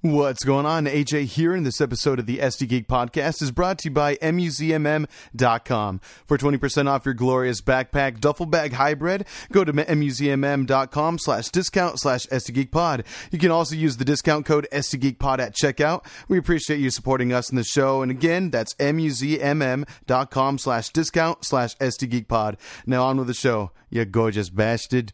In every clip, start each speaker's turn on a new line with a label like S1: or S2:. S1: What's going on? AJ here, and this episode of the SD Geek Podcast is brought to you by MUZMM.com. For 20% off your glorious backpack duffel bag hybrid, go to MUZMM.com slash discount slash SD Geek Pod. You can also use the discount code SD Geek Pod at checkout. We appreciate you supporting us in the show, and again, that's MUZMM.com slash discount slash SD Geek Pod. Now on with the show, you gorgeous bastard.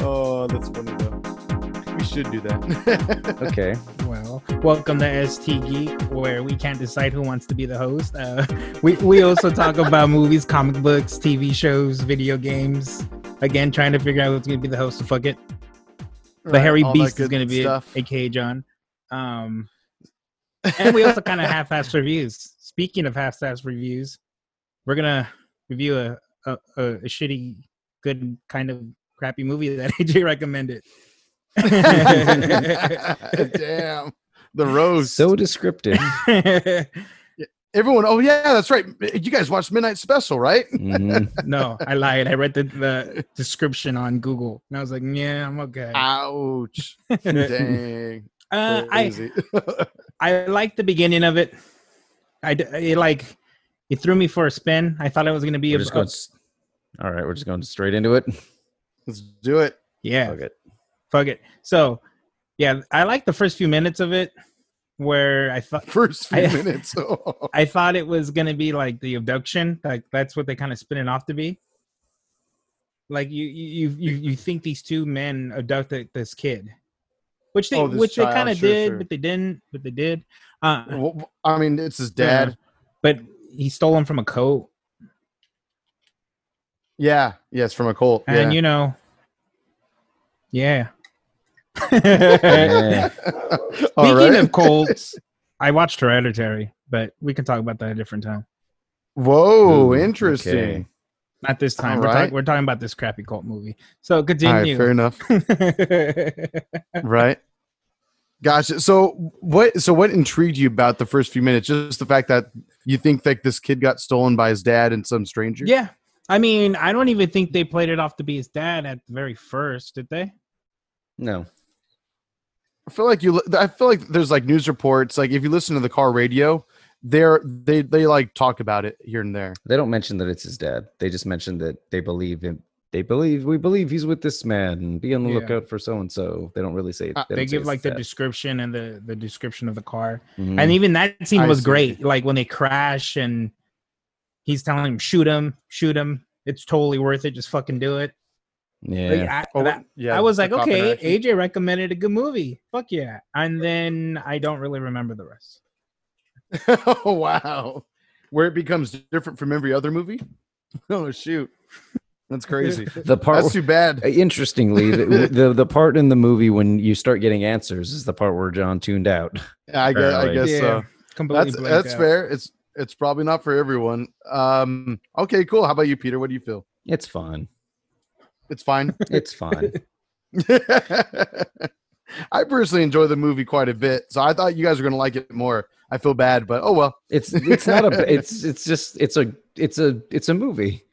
S2: Oh, that's funny though. We should do that.
S3: Okay.
S4: Well, welcome to ST Geek, where we can't decide who wants to be the host. Uh, we we also talk about movies, comic books, TV shows, video games. Again, trying to figure out who's going to be the host. So fuck it. The hairy
S1: all that
S4: beast is
S1: good
S4: going to be it,
S1: stuff.
S4: aka John. Um, and we also kind of half-ass reviews. Speaking of half-ass reviews, we're gonna review a a, a, a shitty, good kind of crappy movie that AJ recommended.
S1: Damn. The rose.
S3: So descriptive.
S1: Everyone, oh yeah, that's right. You guys watched Midnight Special, right?
S4: Mm-hmm.
S3: Mhm.
S4: no, I lied. I read the, the description on Google and I was like, yeah, I'm okay.
S3: Ah,
S1: Ouch. Dang.
S4: Uh, I,
S1: Crazy.
S4: I liked the beginning of it. I, d- it like, it threw me for a spin. I thought it was going to be uh,
S3: We're
S4: a,
S3: just going. s- All right, we're just going straight into it.
S1: Let's do it.
S4: yeah,
S3: Fuck it.
S4: fuck it. So yeah, I liked the first few minutes of it where I thought,
S1: First few
S4: I-
S1: minutes. Oh.
S4: I thought it was going to be like the abduction. Like that's what they kind of spin it off to be. Like you, you, you, you- you think these two men abducted this kid, which they,
S1: Oh, this
S4: which they
S1: child,
S4: kind of
S1: sure,
S4: did,
S1: sure.
S4: but they didn't, but they did. Uh,
S1: Well, I mean, it's his dad.
S4: but he stole him from a coat,
S1: Yeah. Yes, from a cult. Yeah.
S4: and you know, yeah.
S3: Yeah.
S1: All
S4: Speaking
S1: right.
S4: of colts, I watched Hereditary, but we can talk about that a different time.
S1: Whoa,
S3: Ooh,
S1: interesting.
S3: okay.
S4: Not this time.
S1: All
S4: We're,
S1: right.
S4: talk- we're talking about this crappy cult movie. So
S1: All right,
S4: continue.
S1: fair enough. right. Gotcha. So what so what intrigued you about the first few minutes? Just the fact that you think that this kid got stolen by his dad and some stranger?
S4: Yeah. I mean, I don't even think they played it off to be his dad at the very first, did they?
S3: No.
S1: I feel like you. I feel like there's like news reports. Like if you listen to the car radio, they're they they like talk about it here and there.
S3: They don't mention that it's his dad. They just mention that they believe him. They believe we believe he's with this man. and Be on the
S4: Yeah.
S3: lookout for so and so. They don't really say.
S1: Uh,
S3: don't
S4: They
S3: say
S4: give
S3: it's
S4: like the
S3: his dad.
S4: description and the the description of the car.
S3: Mhm.
S4: And even that scene
S1: Hmm. I
S4: was
S1: see.
S4: great. Like when they crash and he's telling him, shoot him, shoot him. It's totally worth it. Just fucking do it.
S3: Mm-hmm. yeah.
S4: Like, I, that-
S1: yeah,
S4: I was like,
S1: the cop
S4: okay,
S1: interaction.
S4: AJ recommended a good movie. Fuck yeah. And then I don't really remember the rest.
S1: oh wow, where it becomes different from every other movie. Oh shoot, that's crazy.
S3: the part.
S1: that's too bad.
S3: Uh, Interestingly, the, the the part in the movie when you start getting answers is the part where John tuned
S1: I
S3: out.
S1: guess. I
S3: apparently.
S1: guess so.
S4: Completely
S1: uh, That's
S4: blanked
S1: that's
S4: out.
S1: fair. It's it's probably not for everyone. Um. Okay. Cool. How about you, Peter? What do you feel?
S3: It's fine.
S1: It's fine.
S3: It's fine.
S1: I personally enjoy the movie quite a bit, so I thought you guys were gonna like it more. I feel bad, but oh well.
S3: It's it's not a. It's it's just it's a it's a it's a movie.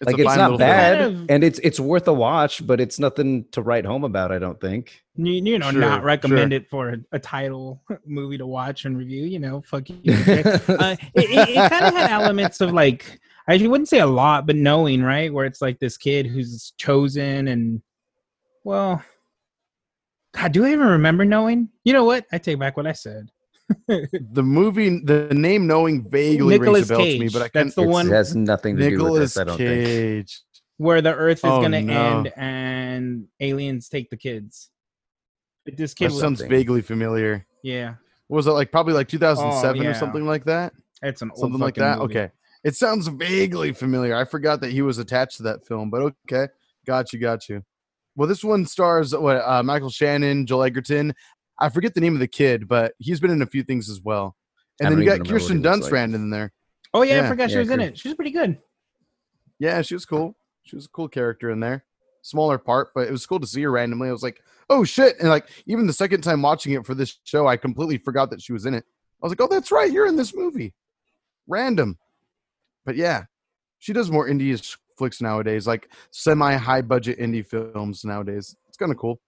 S1: It's
S3: like
S1: a
S3: it's
S1: fine
S3: not
S1: little film.
S3: bad,
S4: Kind of-
S3: and it's it's worth a watch, but it's nothing to write home about. I don't think.
S4: You, you know,
S1: Sure,
S4: not
S1: sure.
S4: recommend it for a, a title movie to watch and review. You know, fuck you. AJ. uh, it it, it kind of had elements of like I actually wouldn't say a lot, but knowing right where it's like this kid who's chosen and well, God, do I even remember knowing? You know what? I take back what I said.
S1: The movie, the name knowing vaguely rings
S4: Nicolas
S1: a bell to me,
S4: Cage.
S1: but I can't.
S4: That's the
S3: It's-
S4: one
S3: it has nothing to do with
S1: Nicholas
S3: this. I don't think.
S1: Cage.
S4: Where the Earth is
S1: Oh,
S4: gonna
S1: no.
S4: end and aliens take the kids. But this kid
S1: That
S4: was,
S1: sounds
S3: thing.
S1: vaguely familiar.
S4: yeah,
S1: What was it like? Probably like 2007 or
S4: Oh, yeah.
S1: something like that.
S4: it's an old
S1: Something like
S4: fucking
S1: that.
S4: movie.
S1: Okay, it sounds vaguely familiar. I forgot that he was attached to that film, but okay, got you, got you. Well, this one stars what uh, Michael Shannon, Joel Egerton. I forget the name of the kid, but he's been in a few things as well. And
S3: I
S1: then
S3: don't
S1: you
S3: even
S1: got
S3: remember what
S1: Kirsten
S3: he looks
S1: Dunst
S3: like.
S1: ran in there.
S4: Oh yeah,
S1: Yeah,
S4: I forgot she
S3: yeah,
S4: was in
S3: Chris-
S4: it. She was pretty good.
S1: Yeah, she was cool. She was a cool character in there. Smaller part, but it was cool to see her randomly. I was like, oh shit. And like even the second time watching it for this show, I completely forgot that she was in it. I was like, oh, that's right, you're in this movie. Random. But yeah, she does more indie flicks nowadays, like semi high budget indie films nowadays. It's kind of cool.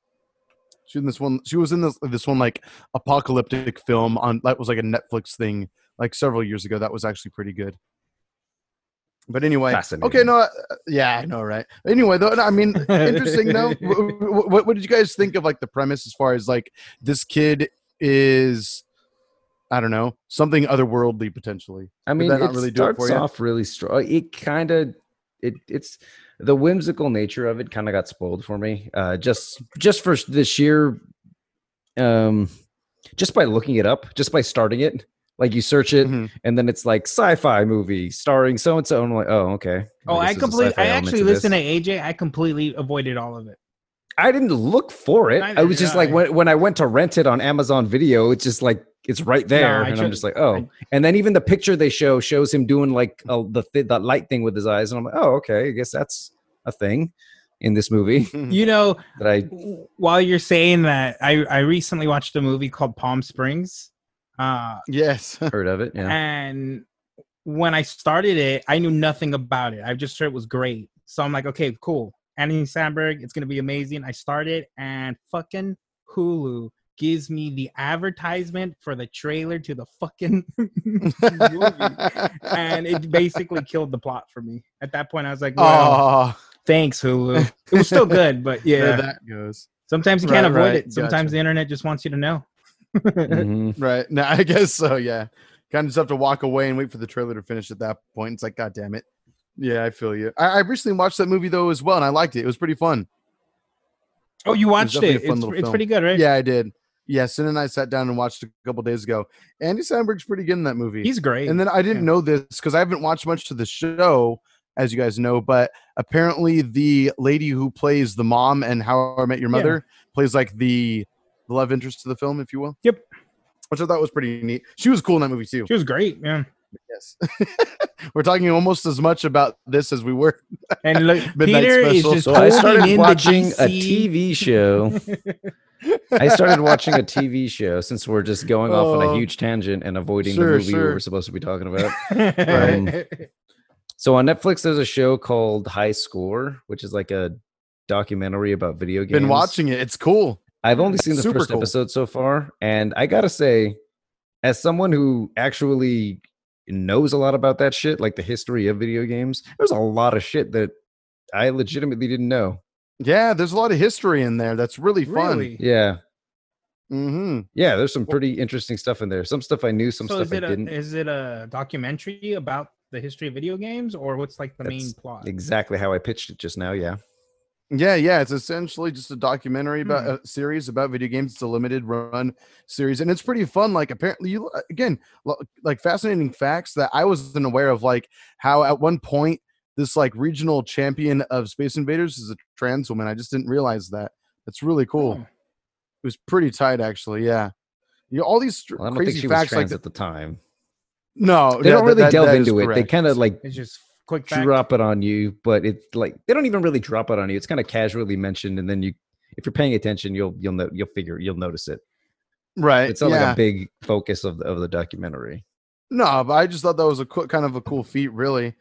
S1: She in this one. She was in this this one like apocalyptic film on that was like a Netflix thing like several years ago. That was actually pretty good. But anyway,
S3: Fascinating.
S1: okay, no, uh, yeah, I know, right? Anyway, though, I mean, interesting though. What, what, what did you guys think of like the premise as far as like this kid is, I don't know, something otherworldly potentially?
S3: I mean,
S1: that
S3: it
S1: not really do it
S3: starts
S1: for you?
S3: off really strong. It kind of it it's the whimsical nature of it kind of got spoiled for me. Uh, just just for the sheer, um, just by looking it up, just by starting it, like you search it,
S1: Mhm.
S3: and then it's like sci-fi movie starring so and so. I'm like, oh, okay.
S4: Oh,
S3: guess
S4: I
S3: there's a
S4: completely.
S3: sci-fi
S4: I
S3: element
S4: actually
S3: this.
S4: listened to AJ. I completely avoided all of it.
S3: I didn't look for it.
S4: Neither
S3: I was
S4: did
S3: just like
S4: I.
S3: when, when I went to rent it on Amazon Video, it's just like it's right there,
S4: I
S3: and
S4: tried-
S3: I'm just like, oh.
S4: I-
S3: and then even the picture they show shows him doing like uh, the th- that light thing with his eyes, and I'm like, oh, okay, I guess that's a thing in this movie
S4: You know,
S3: that I.
S4: while you're saying that, I I recently watched a movie called Palm Springs. Uh,
S1: Yes.
S3: Heard of it, yeah.
S4: And when I started it, I knew nothing about it. I just heard it was great. So I'm like, okay, cool. Anthony Sandberg, it's gonna be amazing. I started and fucking Hulu gives me the advertisement for the trailer to the fucking movie. And it basically killed the plot for me. At that point, I was like, well,
S1: oh,
S4: thanks, Hulu. It was still good, but
S1: there
S4: yeah.
S1: that goes.
S4: Sometimes you can't
S1: Right,
S4: avoid
S1: right,
S4: it. Sometimes
S1: gotcha.
S4: the internet just wants you to know.
S3: Mhm.
S1: Right. No, I guess so. Yeah. Kind of just have to walk away and wait for the trailer to finish at that point. It's like, God damn it. Yeah, I feel you. I, I recently watched that movie though as well, and I liked it. It was pretty fun.
S4: Oh, you watched
S1: definitely a
S4: it.
S1: fun
S4: It's,
S1: little
S4: it's
S1: film.
S4: pretty good, right?
S1: Yeah, I did. Yeah, Sin and I sat down and watched it a couple days ago. Andy Sandberg's pretty good in that movie.
S4: He's great.
S1: and then I didn't
S4: yeah.
S1: know this because I haven't watched much to the show, as you guys know. But apparently, the lady who plays the mom and How I Met Your
S4: Yeah.
S1: Mother plays like the the love interest to the film, if you will.
S4: Yep.
S1: Which I thought was pretty neat. She was cool in that movie too.
S4: she was great, yeah.
S1: Yes. We're talking almost as much about this as we were.
S4: And look,
S1: Midnight
S4: Peter is
S1: special,
S4: just
S1: so
S3: So I
S4: holding in
S3: started
S4: the
S3: watching a
S4: DC.
S3: TV show. I started watching a TV show since we're just going off on
S1: Oh.
S3: a huge tangent and avoiding
S1: Sure,
S3: the movie we
S1: sure.
S3: were supposed to be talking about.
S1: Right.
S3: So on Netflix, there's a show called High Score, which is like a documentary about video games.
S1: Been watching it. It's cool.
S3: I've only seen the
S1: Super
S3: first
S1: cool.
S3: episode so far, and I gotta say, as someone who actually knows a lot about that shit, like the history of video games, there's a lot of shit that I legitimately didn't know.
S1: Yeah, there's a lot of history in there. That's really fun.
S4: really?
S3: Yeah,
S1: Mm-hmm.
S3: yeah, there's some pretty interesting stuff in there. Some stuff I knew, some
S4: so
S3: stuff
S4: is
S3: I
S4: it a
S3: didn't.
S4: is it a documentary about the history of video games, or what's like the main
S3: That's
S4: plot?
S3: Exactly how I pitched it just now. Yeah,
S1: Yeah, yeah. It's essentially just a documentary about
S3: Hmm.
S1: a series about video games. It's a limited run series, and it's pretty fun. Like apparently, you uh, again, lo- like fascinating facts that I wasn't aware of. Like how at one point this like regional champion of Space Invaders is a trans woman. I just didn't realize that. That's really cool.
S3: Hmm.
S4: Oh.
S1: It was pretty tight, actually. Yeah. You know, all these str-
S3: well, I don't think
S1: crazy
S3: she was
S1: facts,
S3: trans
S1: like
S3: at the time.
S1: no,
S3: They
S1: yeah,
S3: don't
S1: that-
S3: really
S1: that-
S3: delve
S1: that is
S3: into it. They
S1: correct.
S3: kind of like
S4: It's just quick fact.
S3: drop it on you, but it's like they don't even really drop it on you. It's kind of casually mentioned, and then you, if you're paying attention, you'll you'll know you'll figure you'll notice it.
S1: right?
S3: It's not
S1: Uh, yeah.
S3: like a big focus of the, of the documentary.
S1: No, but I just thought that was a cool, kind of a cool feat, really.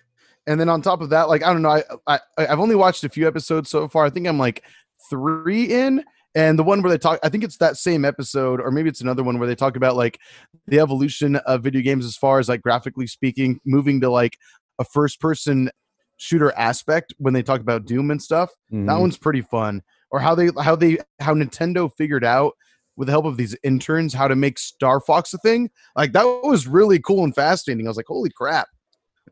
S1: And then on top of that, like I don't know, I, I I've only watched a few episodes so far. I think I'm like three in, and the one where they talk, I think it's that same episode, or maybe it's another one where they talk about like the evolution of video games as far as like graphically speaking, moving to like a first person shooter aspect when they talk about Doom and stuff.
S3: Mm-hmm.
S1: That one's pretty fun. Or how they how they how Nintendo figured out with the help of these interns how to make Star Fox a thing. Like that was really cool and fascinating. I was like, holy crap!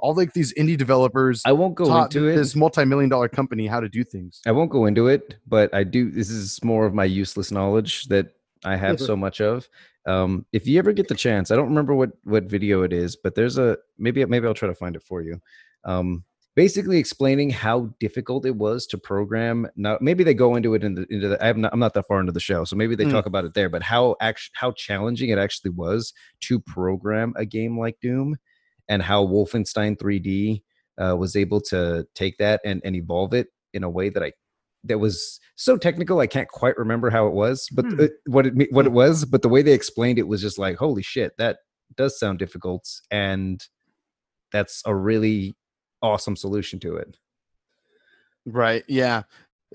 S1: All like these indie developers
S3: I won't go
S1: taught
S3: into it.
S1: this multi-million dollar company how to do things.
S3: I won't go into it, but I do. This is more of my useless knowledge that I have
S1: Mm-hmm.
S3: so much of. Um, if you ever get the chance, I don't remember what what video it is, but there's a maybe maybe I'll try to find it for you. Um, basically explaining how difficult it was to program. Now maybe they go into it in the, into the. I have not, I'm not that far into the show, so maybe they
S1: Mm.
S3: talk about it there. But how act how challenging it actually was to program a game like Doom, and how Wolfenstein 3D uh, was able to take that and, and evolve it in a way that I that was so technical I can't quite remember how it was, but
S4: Hmm.
S3: th- what it me- what it was, but the way they explained it was just like holy shit, that does sound difficult, and that's a really awesome solution to it.
S1: Right. Yeah.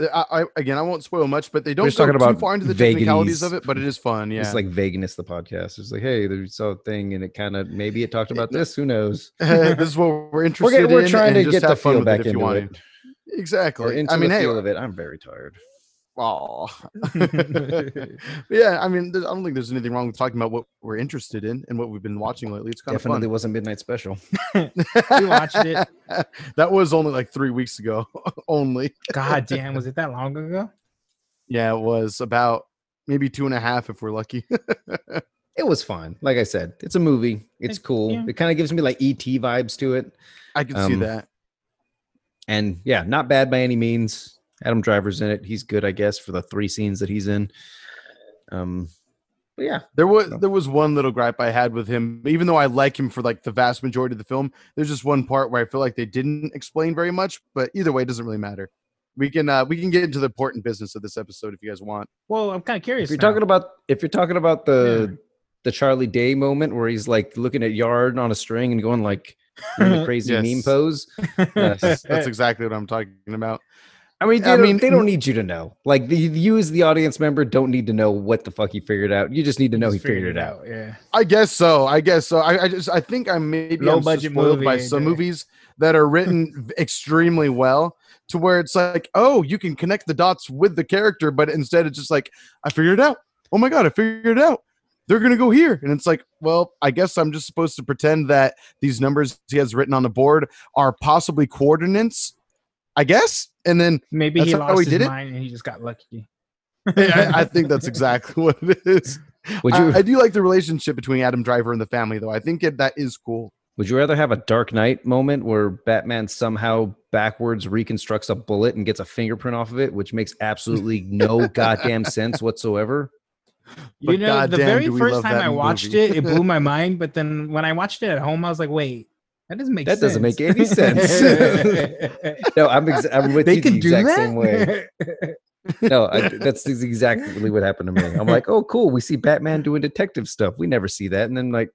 S1: Uh, I, I again, I won't spoil much, but they don't go
S3: We're just talking
S1: too
S3: about
S1: far into the
S3: vagaries.
S1: technicalities of it. But it is fun. Yeah.
S3: It's like vagueness. The podcast It's like, hey, there's a thing, and it kind of maybe it talked about
S1: no.
S3: this. Who knows?
S1: this is what we're
S3: We're
S1: interested
S3: getting, we're
S1: in, and
S3: trying to
S1: just
S3: get the
S1: have fun
S3: feel
S1: with it
S3: back
S1: if
S3: into
S1: you want
S3: it.
S1: to.
S3: Or
S1: Exactly.
S3: into
S1: I mean,
S3: the
S1: hey,
S3: feel of it. I'm very tired.
S1: aw. yeah. I mean, there's- I don't think there's anything wrong with talking about what we're interested in and what we've been watching lately. It's kind
S3: Definitely
S1: of
S3: wasn't midnight special.
S1: fun.
S4: We watched it.
S1: that was only like three weeks ago. only.
S4: God damn, was it that long ago?
S1: Yeah, it was about maybe two and a half if we're lucky.
S3: It was fine. Like I said, it's a movie. It's
S4: It-
S3: cool.
S4: yeah.
S3: It kind of gives me like ET vibes to it.
S1: I can see
S3: Um,
S1: that.
S3: And yeah, not bad by any means. Adam Driver's in it. He's good, I guess, for the three scenes that he's in. Um, but yeah,
S1: There was
S3: No.
S1: there was one little gripe I had with him, even though I like him for like the vast majority of the film. There's just one part where I feel like they didn't explain very much, but either way, it doesn't really matter. We can uh, we can get into the important business of this episode if you guys want.
S4: Well, I'm kind of
S3: if
S4: curious.
S3: you're
S4: now.
S3: talking about if you're talking about the the Charlie Day moment where he's like looking at yard on a string and going like doing a crazy meme
S1: Yes.
S3: pose. Yes.
S1: That's exactly what I'm talking about.
S3: I mean, they
S1: I
S3: don't,
S1: mean,
S3: they don't need you to know. Like the, you as the audience member don't need to know what the fuck he figured out. You just need to know he
S4: Just
S3: figured it out.
S4: Yeah.
S1: I guess so. I guess so. I, I just I think I maybe
S4: Low
S1: I'm so
S4: budget
S1: spoiled by
S4: movie,
S1: some
S4: AJ.
S1: movies that are written v- extremely well to where it's like, oh, you can connect the dots with the character, but instead it's just like, I figured it out. Oh my god, I figured it out. They're gonna go here, and it's like, well, I guess I'm just supposed to pretend that these numbers he has written on the board are possibly coordinates, I guess. And then
S4: Maybe
S1: That's
S4: he
S1: how
S4: lost
S1: he
S4: his
S1: did it?
S4: mind and he just got lucky.
S1: I, I think that's exactly what it is.
S3: Would you
S1: Uh, I, I do like the relationship between Adam Driver and the family, though. I think it, that is cool.
S3: Would you rather have a Dark Knight moment where Batman somehow backwards reconstructs a bullet and gets a fingerprint off of it, which makes absolutely no goddamn sense whatsoever?
S4: You
S1: But
S4: know, the
S1: goddamn,
S4: very
S1: do we
S4: first
S1: love
S4: time
S1: that
S4: I watched
S1: movie.
S4: it, it blew my mind. But then when I watched it at home, I was like, wait, that doesn't make
S3: That
S4: sense.
S3: doesn't make any sense. No, I'm ex- I'm with
S4: they
S3: you
S4: can
S3: the
S4: do
S3: exact
S4: that?
S3: same way. No, I, that's ex- exactly what happened to me. I'm like, oh, cool, we see Batman doing detective stuff. We never see that, and then like,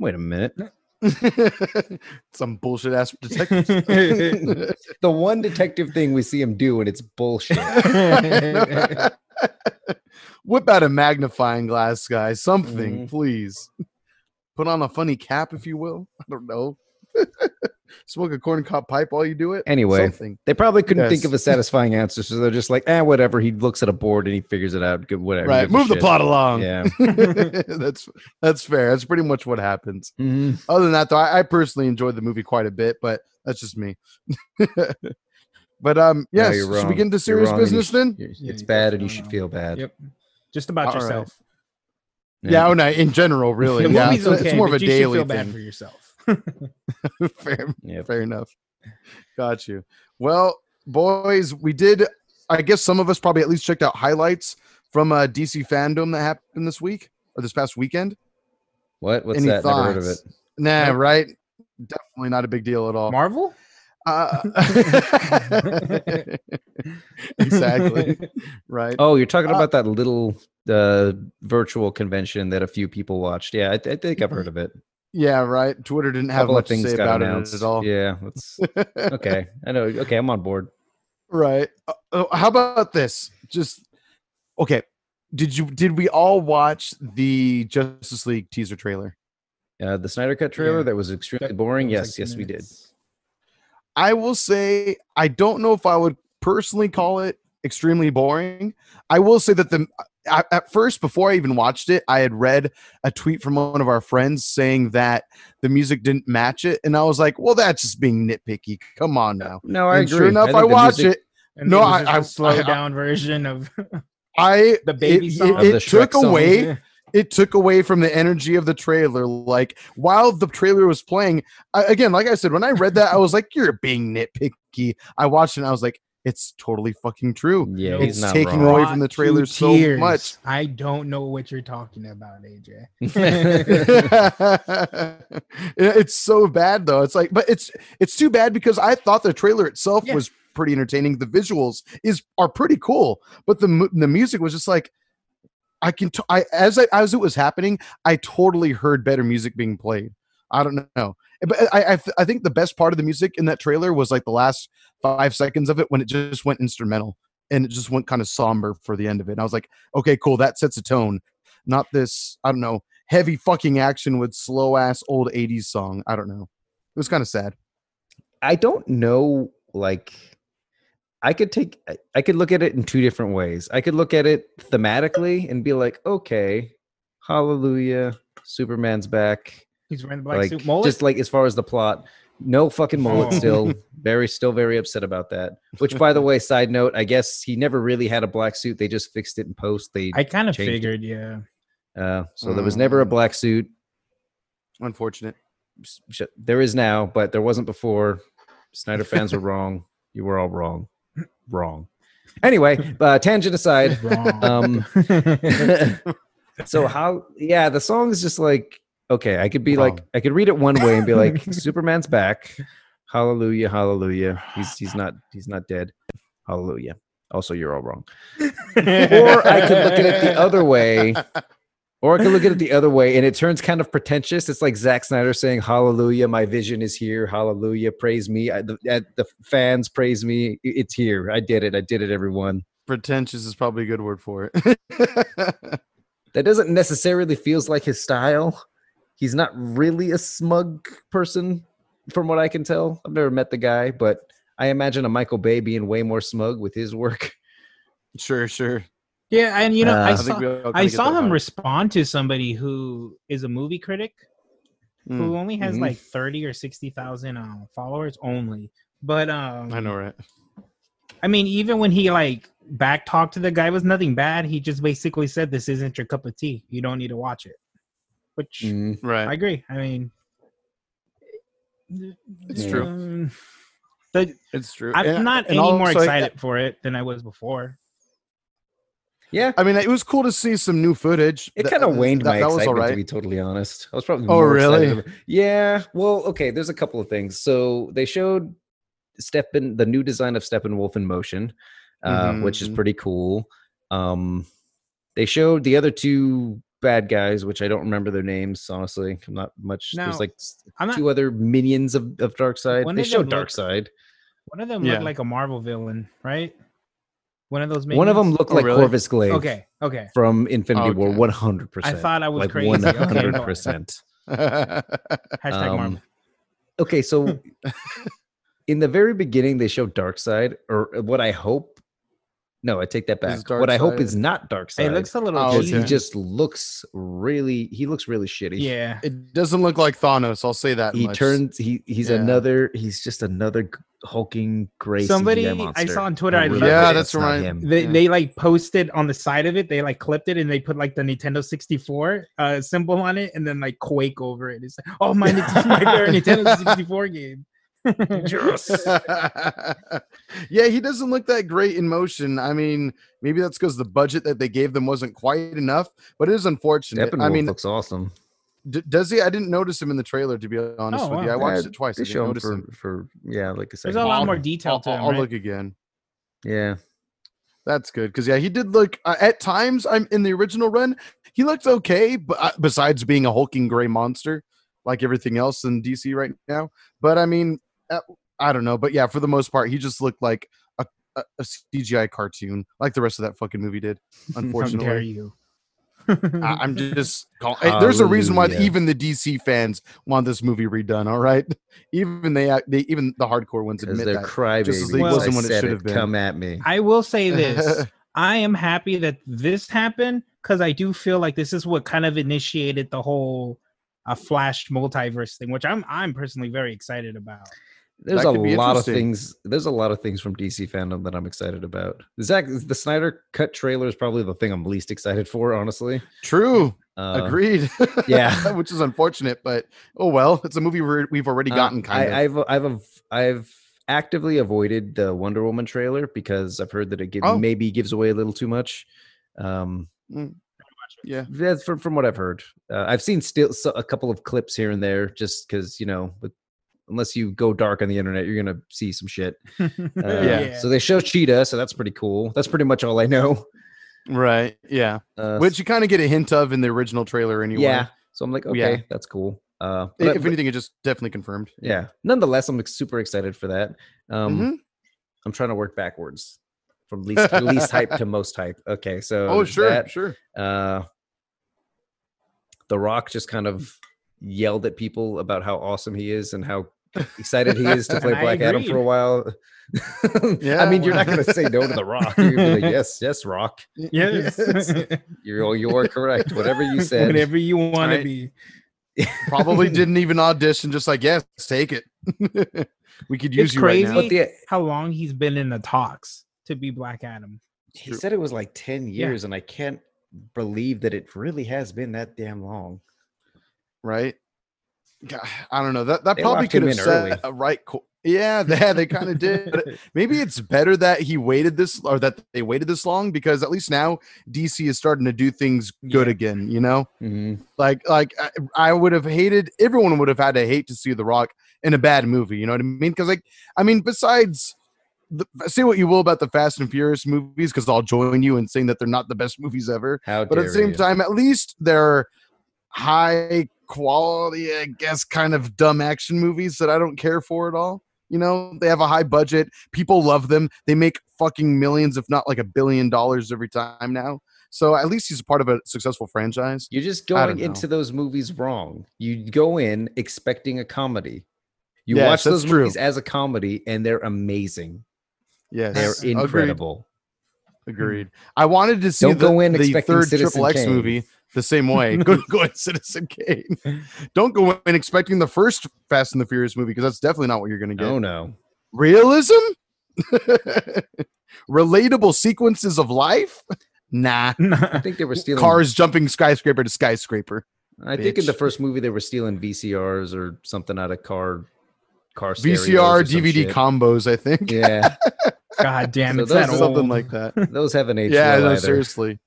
S3: wait a minute,
S1: Some bullshit ass detective.
S4: Detective.
S3: the one detective thing we see him do, and it's bullshit.
S1: Whip out a magnifying glass, guys. Something,
S3: Mhm.
S1: please. Put on a funny cap, if you will. I don't know. Smoke a corn cob pipe while you do it.
S3: Anyway.
S1: Something.
S3: They probably couldn't think
S1: Yes.
S3: of a satisfying answer, so they're just like, ah, whatever. He looks at a board and he figures it out. Good, whatever.
S1: right.
S3: gives a
S1: Move the
S3: shit.
S1: plot along.
S3: Yeah.
S1: that's that's fair. That's pretty much what happens.
S3: Mm-hmm.
S1: Other than that, though, I, I personally enjoyed the movie quite a bit, but that's just me. but um,
S3: No,
S1: yes,
S3: you're
S1: should we
S3: wrong.
S1: get into
S3: You're
S1: serious
S3: wrong and you
S1: business
S3: should-
S1: then?
S3: you're-
S4: Yeah,
S3: It's
S4: you
S3: bad,
S4: guys
S3: and you
S4: don't
S3: should
S4: know.
S3: feel bad.
S4: Yep. Just about
S1: All right.
S4: yourself.
S1: Yeah, oh, no, in general, really.
S4: The
S1: yeah,
S4: movie's
S1: it's,
S4: okay,
S1: it's more of
S4: but
S1: a
S4: you should
S1: daily
S4: feel bad
S1: thing.
S4: for yourself.
S1: fair,
S3: Yep.
S1: fair enough. Got you. Well, boys, we did. I guess some of us probably at least checked out highlights from uh, DC fandom that happened this week or this past weekend.
S3: What? What's
S1: Any
S3: that? Never heard of it.
S1: thoughts? Nah,
S4: Nope.
S1: right? Definitely not a big deal at all.
S4: Marvel?
S1: Uh, exactly. Right.
S3: Oh, you're talking
S1: Uh,
S3: about that little uh, virtual convention that a few people watched. Yeah, I, I think I've heard of it.
S1: Yeah. Right. Twitter didn't have
S3: Couple of
S1: much to
S3: things
S1: say
S3: got
S1: about
S3: announced.
S1: it at all.
S3: Yeah. That's okay. I know. Okay, I'm on board.
S1: Right. Uh, uh, how about this? Just okay. Did you did we all watch the Justice League teaser trailer?
S3: Uh, the Snyder Cut trailer
S4: Yeah.
S3: that was extremely
S4: That-
S3: boring.
S4: that was
S3: Yes,
S4: like
S3: yes, we did.
S4: minutes.
S1: I will say I don't know if I would personally call it extremely boring. I will say that the I, at first before I even watched it, I had read a tweet from one of our friends saying that the music didn't match it, and I was like, "Well, that's just being nitpicky. Come on now."
S3: No, I
S1: And
S3: agree.
S1: sure enough, I,
S3: think the
S1: watched
S3: music
S1: it.
S4: And
S1: No,
S4: it was
S1: I-
S4: just a
S1: I- I-
S4: slowed
S1: I-
S4: down version of
S1: I
S4: the baby
S1: it,
S4: song.
S1: It,
S3: Of the
S1: it took
S3: Shrek song.
S1: away.
S4: Yeah.
S1: it took away from the energy of the trailer. Like while the trailer was playing, I, again, like I said, when I read that, I was like, "You're being nitpicky." I watched it, and I was like, "It's totally fucking true."
S3: Yeah,
S4: No.
S3: he's
S1: It's
S3: not
S1: taking
S3: wrong.
S1: away
S4: Brought
S1: from the
S4: to
S1: trailer so
S4: tears.
S1: much.
S4: I don't know what you're talking about, AJ.
S1: Yeah, it's so bad though. It's like, but it's it's too bad because I thought the trailer itself
S4: Yeah.
S1: was pretty entertaining. The visuals is are pretty cool, but the mu- the music was just like. I can t- I as I, as it was happening, I totally heard better music being played. I don't know. But I, I I think the best part of the music in that trailer was like the last five seconds of it when it just went instrumental and it just went kind of somber for the end of it. And I was like, okay, cool, that sets a tone. Not this, I don't know, heavy fucking action with slow ass old 80s song. I don't know. It was kind of sad.
S3: I don't know. Like, I could take, I- I could look at it in two different ways. I could look at it thematically and be like, okay, hallelujah, Superman's back.
S4: He's wearing the black
S3: like,
S4: suit mullet.
S3: just like as far as the plot, no fucking mullet.
S4: Oh.
S3: Still very, still very upset about that. Which, by the way, side note, I guess he never really had a black suit. They just fixed it in post. They,
S4: I kind of
S3: changed it.
S4: figured, yeah.
S3: uh, so there was never a
S1: Mm.
S3: black suit.
S1: Unfortunate.
S3: s- sh- there is now, but there wasn't before. Snyder fans were wrong. You were all wrong. Wrong. Anyway, uh, tangent aside.
S4: Wrong.
S3: Um, so how? Yeah, the song is just like okay. I could be like
S1: Wrong.
S3: I could read it one way and be like Superman's back. Hallelujah, hallelujah. He's he's not he's not dead. Hallelujah. Also, you're all wrong or I could look at it the other way. Or I could look at it the other way, and it turns kind of pretentious. It's like Zack Snyder saying, "Hallelujah, my vision is here. Hallelujah, praise me. I, the, uh, the fans praise me. I- It's here. I did it. I did it, everyone."
S1: Pretentious is probably a good word for it.
S3: That doesn't necessarily feels like his style. He's not really a smug person, from what I can tell. I've never met the guy, but I imagine a Michael Bay being way more smug with his work.
S1: sure, sure.
S4: yeah, and you know,
S3: Uh,
S4: I
S3: I
S4: saw,
S1: we all kinda
S4: I
S1: get
S4: saw
S1: that
S4: him
S1: vibe.
S4: respond to somebody who is a movie critic who only has
S3: Mhm.
S4: like thirty or sixty thousand um, followers only. But um,
S1: I know, right?
S4: I mean, even when he like back talked to the guy, it was nothing bad. He just basically said, "This isn't your cup of tea. You don't need to watch it," which
S3: Mm.
S1: Right.
S4: I agree. I mean,
S1: It's true.
S4: um, but
S1: it's true.
S4: I'm
S1: And-
S4: not
S1: and
S4: any more
S1: also, I-
S4: excited
S3: uh,
S4: for it than I was before.
S3: Yeah,
S1: I mean, it was cool to see some new footage.
S3: It
S1: That- uh,
S3: kind of waned
S1: that,
S3: my
S1: that was
S3: excitement,
S1: all
S3: to
S1: right.
S3: be totally honest. I was probably.
S1: Oh,
S3: more excited
S1: really?
S3: about- yeah. Well, okay. There's a couple of things. So they showed Steppen the new design of Steppenwolf in motion, uh, which is
S1: Mhm.
S3: pretty cool. Um, they showed the other two bad guys, which I don't remember their names. Honestly, I'm not much.
S4: No,
S3: there's like s-
S4: I'm not.
S3: two other minions of of Darkseid.
S4: One
S3: They
S4: of them
S3: showed
S4: looks-
S3: Darkseid.
S4: One of them
S1: Yeah.
S4: looked like a Marvel villain, right? One of those.
S3: One of them
S4: minions?
S3: looked
S1: Oh,
S3: like
S1: really?
S3: Corvus Glaive
S4: Okay. Okay.
S3: from Infinity War.
S1: Okay.
S3: 100.
S4: I
S3: percent
S4: thought I was
S3: like
S4: crazy.
S3: 100.
S4: Okay.
S3: percent
S4: Hashtag
S3: Um,
S4: Marvel.
S3: Okay, so in the very beginning, they show Dark Side, or what I hope. No, I take that
S1: Is
S3: back. What I hope
S1: Darkseid-
S3: is not Dark Side.
S4: It looks a little.
S1: Oh,
S4: cheesy.
S3: he
S1: okay.
S3: just looks really. He looks really shitty.
S4: Yeah.
S1: it doesn't look like Thanos. I'll say that.
S3: he
S1: much.
S3: turns. He he's
S1: Yeah.
S3: another. He's just another g- hulking gray. CGI
S4: Somebody I
S3: monster.
S4: saw on Twitter, I
S3: really
S4: loved
S1: Yeah,
S3: hope
S1: that's
S3: not
S1: right.
S3: him.
S4: They
S1: Yeah.
S4: they like posted on the side of it. They like clipped it and they put like the Nintendo 64 uh, symbol on it and then like Quake over it. It's like, oh my, Nint- my favorite Nintendo 64 game.
S1: yeah, he doesn't look that great in motion. I mean, maybe that's because the budget that they gave them wasn't quite enough, but it is unfortunate.
S3: Steppenwolf
S1: I mean,
S3: looks awesome.
S1: d- does he? I didn't notice him in the trailer, to be honest
S4: Oh,
S1: with
S4: wow.
S1: you. I watched
S3: Yeah,
S1: it twice. I
S3: They
S1: didn't
S3: show him
S1: notice
S3: for,
S1: him.
S3: for yeah, like I said,
S4: There's a lot
S1: I'll-
S4: more detail
S1: I'll,
S4: to him.
S1: I'll
S4: right?
S1: look again.
S3: Yeah,
S1: That's good because yeah, he did look uh, at times. I'm in the original run. He looked okay, but uh, besides being a hulking gray monster, like everything else in DC right now. But I mean, uh, I don't know. But yeah, for the most part, he just looked like a, a, a CGI cartoon, like the rest of that fucking movie did.
S4: How dare
S1: Unfortunately,
S4: you? Mm-hmm.
S1: I, I'm just. Call- Hey, there's a reason why
S3: Hallelujah.
S1: even the DC fans want this movie redone. All right, even they, act- they even the hardcore ones
S3: because
S1: admit
S3: they're
S1: that.
S3: crybabies.
S1: League
S3: I
S1: wasn't what it
S3: said
S1: should have been.
S3: Come at me.
S4: I will say this. I am happy that this happened because I do feel like this is what kind of initiated the whole uh, Flash multiverse thing, which I'm I'm personally very excited about.
S3: There's
S1: That
S3: a
S1: could be
S3: lot of
S1: interesting.
S3: things. There's a lot of things from DC fandom that I'm excited about. Zach, the Snyder cut trailer is probably the thing I'm least excited for, honestly.
S1: True.
S3: Uh,
S1: Agreed.
S3: yeah.
S1: which is unfortunate, but oh well. It's a movie we're, we've already
S3: uh,
S1: gotten kind
S3: I,
S1: of.
S3: I've I've av- I've actively avoided the Wonder Woman trailer because I've heard that it give,
S1: Oh. Mm,
S3: maybe gives away a little too much. Um,
S1: yeah,
S3: that's from from what I've heard. Uh, I've seen still so, a couple of clips here and there, just because you know, with, unless you go dark on the internet, you're gonna see some shit.
S4: yeah.
S3: Uh, So they show Cheetah, so that's pretty cool. That's pretty much all I know.
S1: right. Yeah,
S3: Uh,
S1: which you kind of get a hint of in the original trailer anyway.
S3: Yeah. So I'm like, okay,
S1: Yeah.
S3: that's cool. Uh,
S1: I-
S3: but-
S1: if anything, it just definitely confirmed.
S3: yeah nonetheless i'm super excited for that um
S1: Mhm.
S3: i'm trying to work backwards from least least hype to most hype okay so
S1: Oh, sure,
S3: that,
S1: sure.
S3: uh the rock just kind of yelled at people about how awesome he is and how excited he is to play
S4: And I
S3: black adam for a
S4: agreed.
S3: while i
S1: Yeah.
S3: mean you're not going to say no to the rock you're gonna be like, yes yes rock
S4: Yes.
S3: you are you are correct whatever you said
S4: Whatever you want
S1: Right.
S4: to be.
S1: Probably didn't even audition. Just like yes, take it. we could use
S4: It's
S1: you right
S3: but
S1: now.
S4: crazy.
S3: the,
S4: How long he's been in the talks to be Black Adam.
S3: he
S1: True.
S3: said it was like 10
S4: Yeah.
S3: years and i can't believe that it really has been that damn long
S1: Right. God, I don't know. That that
S3: They
S1: probably
S3: locked him
S1: could have
S3: in
S1: set
S3: early.
S1: a right. Co- yeah, they, they kind of did. But maybe it's better that he waited this or that they waited this long because at least now DC is starting to do things good
S4: Yeah.
S1: again. You know. Like, like I, I would have hated. Everyone would have had to hate to see The Rock in a bad movie. You know what I mean? Because, like, I mean, besides, the, say what you will about the Fast and Furious movies, because I'll join you in saying that they're not the best movies ever.
S3: How
S1: But at the
S3: dare
S1: same
S3: you.
S1: time, at least they're high quality, I guess, kind of dumb action movies that I don't care for at all. You know, they have a high budget. People love them. They make fucking millions, if not like a billion dollars every time now. So at least he's a part of a successful franchise.
S3: You're just
S1: I don't
S3: going
S1: know.
S3: into those movies wrong. You go in expecting a comedy. You
S1: Yes,
S3: watch
S1: that's
S3: those movies
S1: true.
S3: as a comedy, and they're amazing.
S1: Yes,
S3: They're
S1: agreed.
S3: incredible.
S1: Agreed. I wanted to see
S3: Don't
S1: the,
S3: go in
S1: the
S3: expecting
S1: third
S3: Citizen
S1: Triple X
S3: Kane.
S1: movie the same way. go, go ahead, Citizen Kane. Don't go in expecting the first Fast and the Furious movie because that's definitely not what you're going to get.
S3: Oh no,
S1: Realism? Relatable sequences of life? Nah.
S3: I think they were stealing
S1: Cars jumping skyscraper to skyscraper.
S3: I think in the
S1: bitch.
S3: first movie they were stealing VCRs or something out of car car stereos
S1: VCR,
S3: or some
S1: DVD
S3: shit.
S1: combos, I think.
S3: Yeah,
S4: God damn,
S3: So
S4: it's
S3: those
S4: that
S3: are
S4: old.
S1: Something like that.
S3: those haven't aged
S1: yeah,
S3: well
S1: no,
S3: either.
S1: seriously.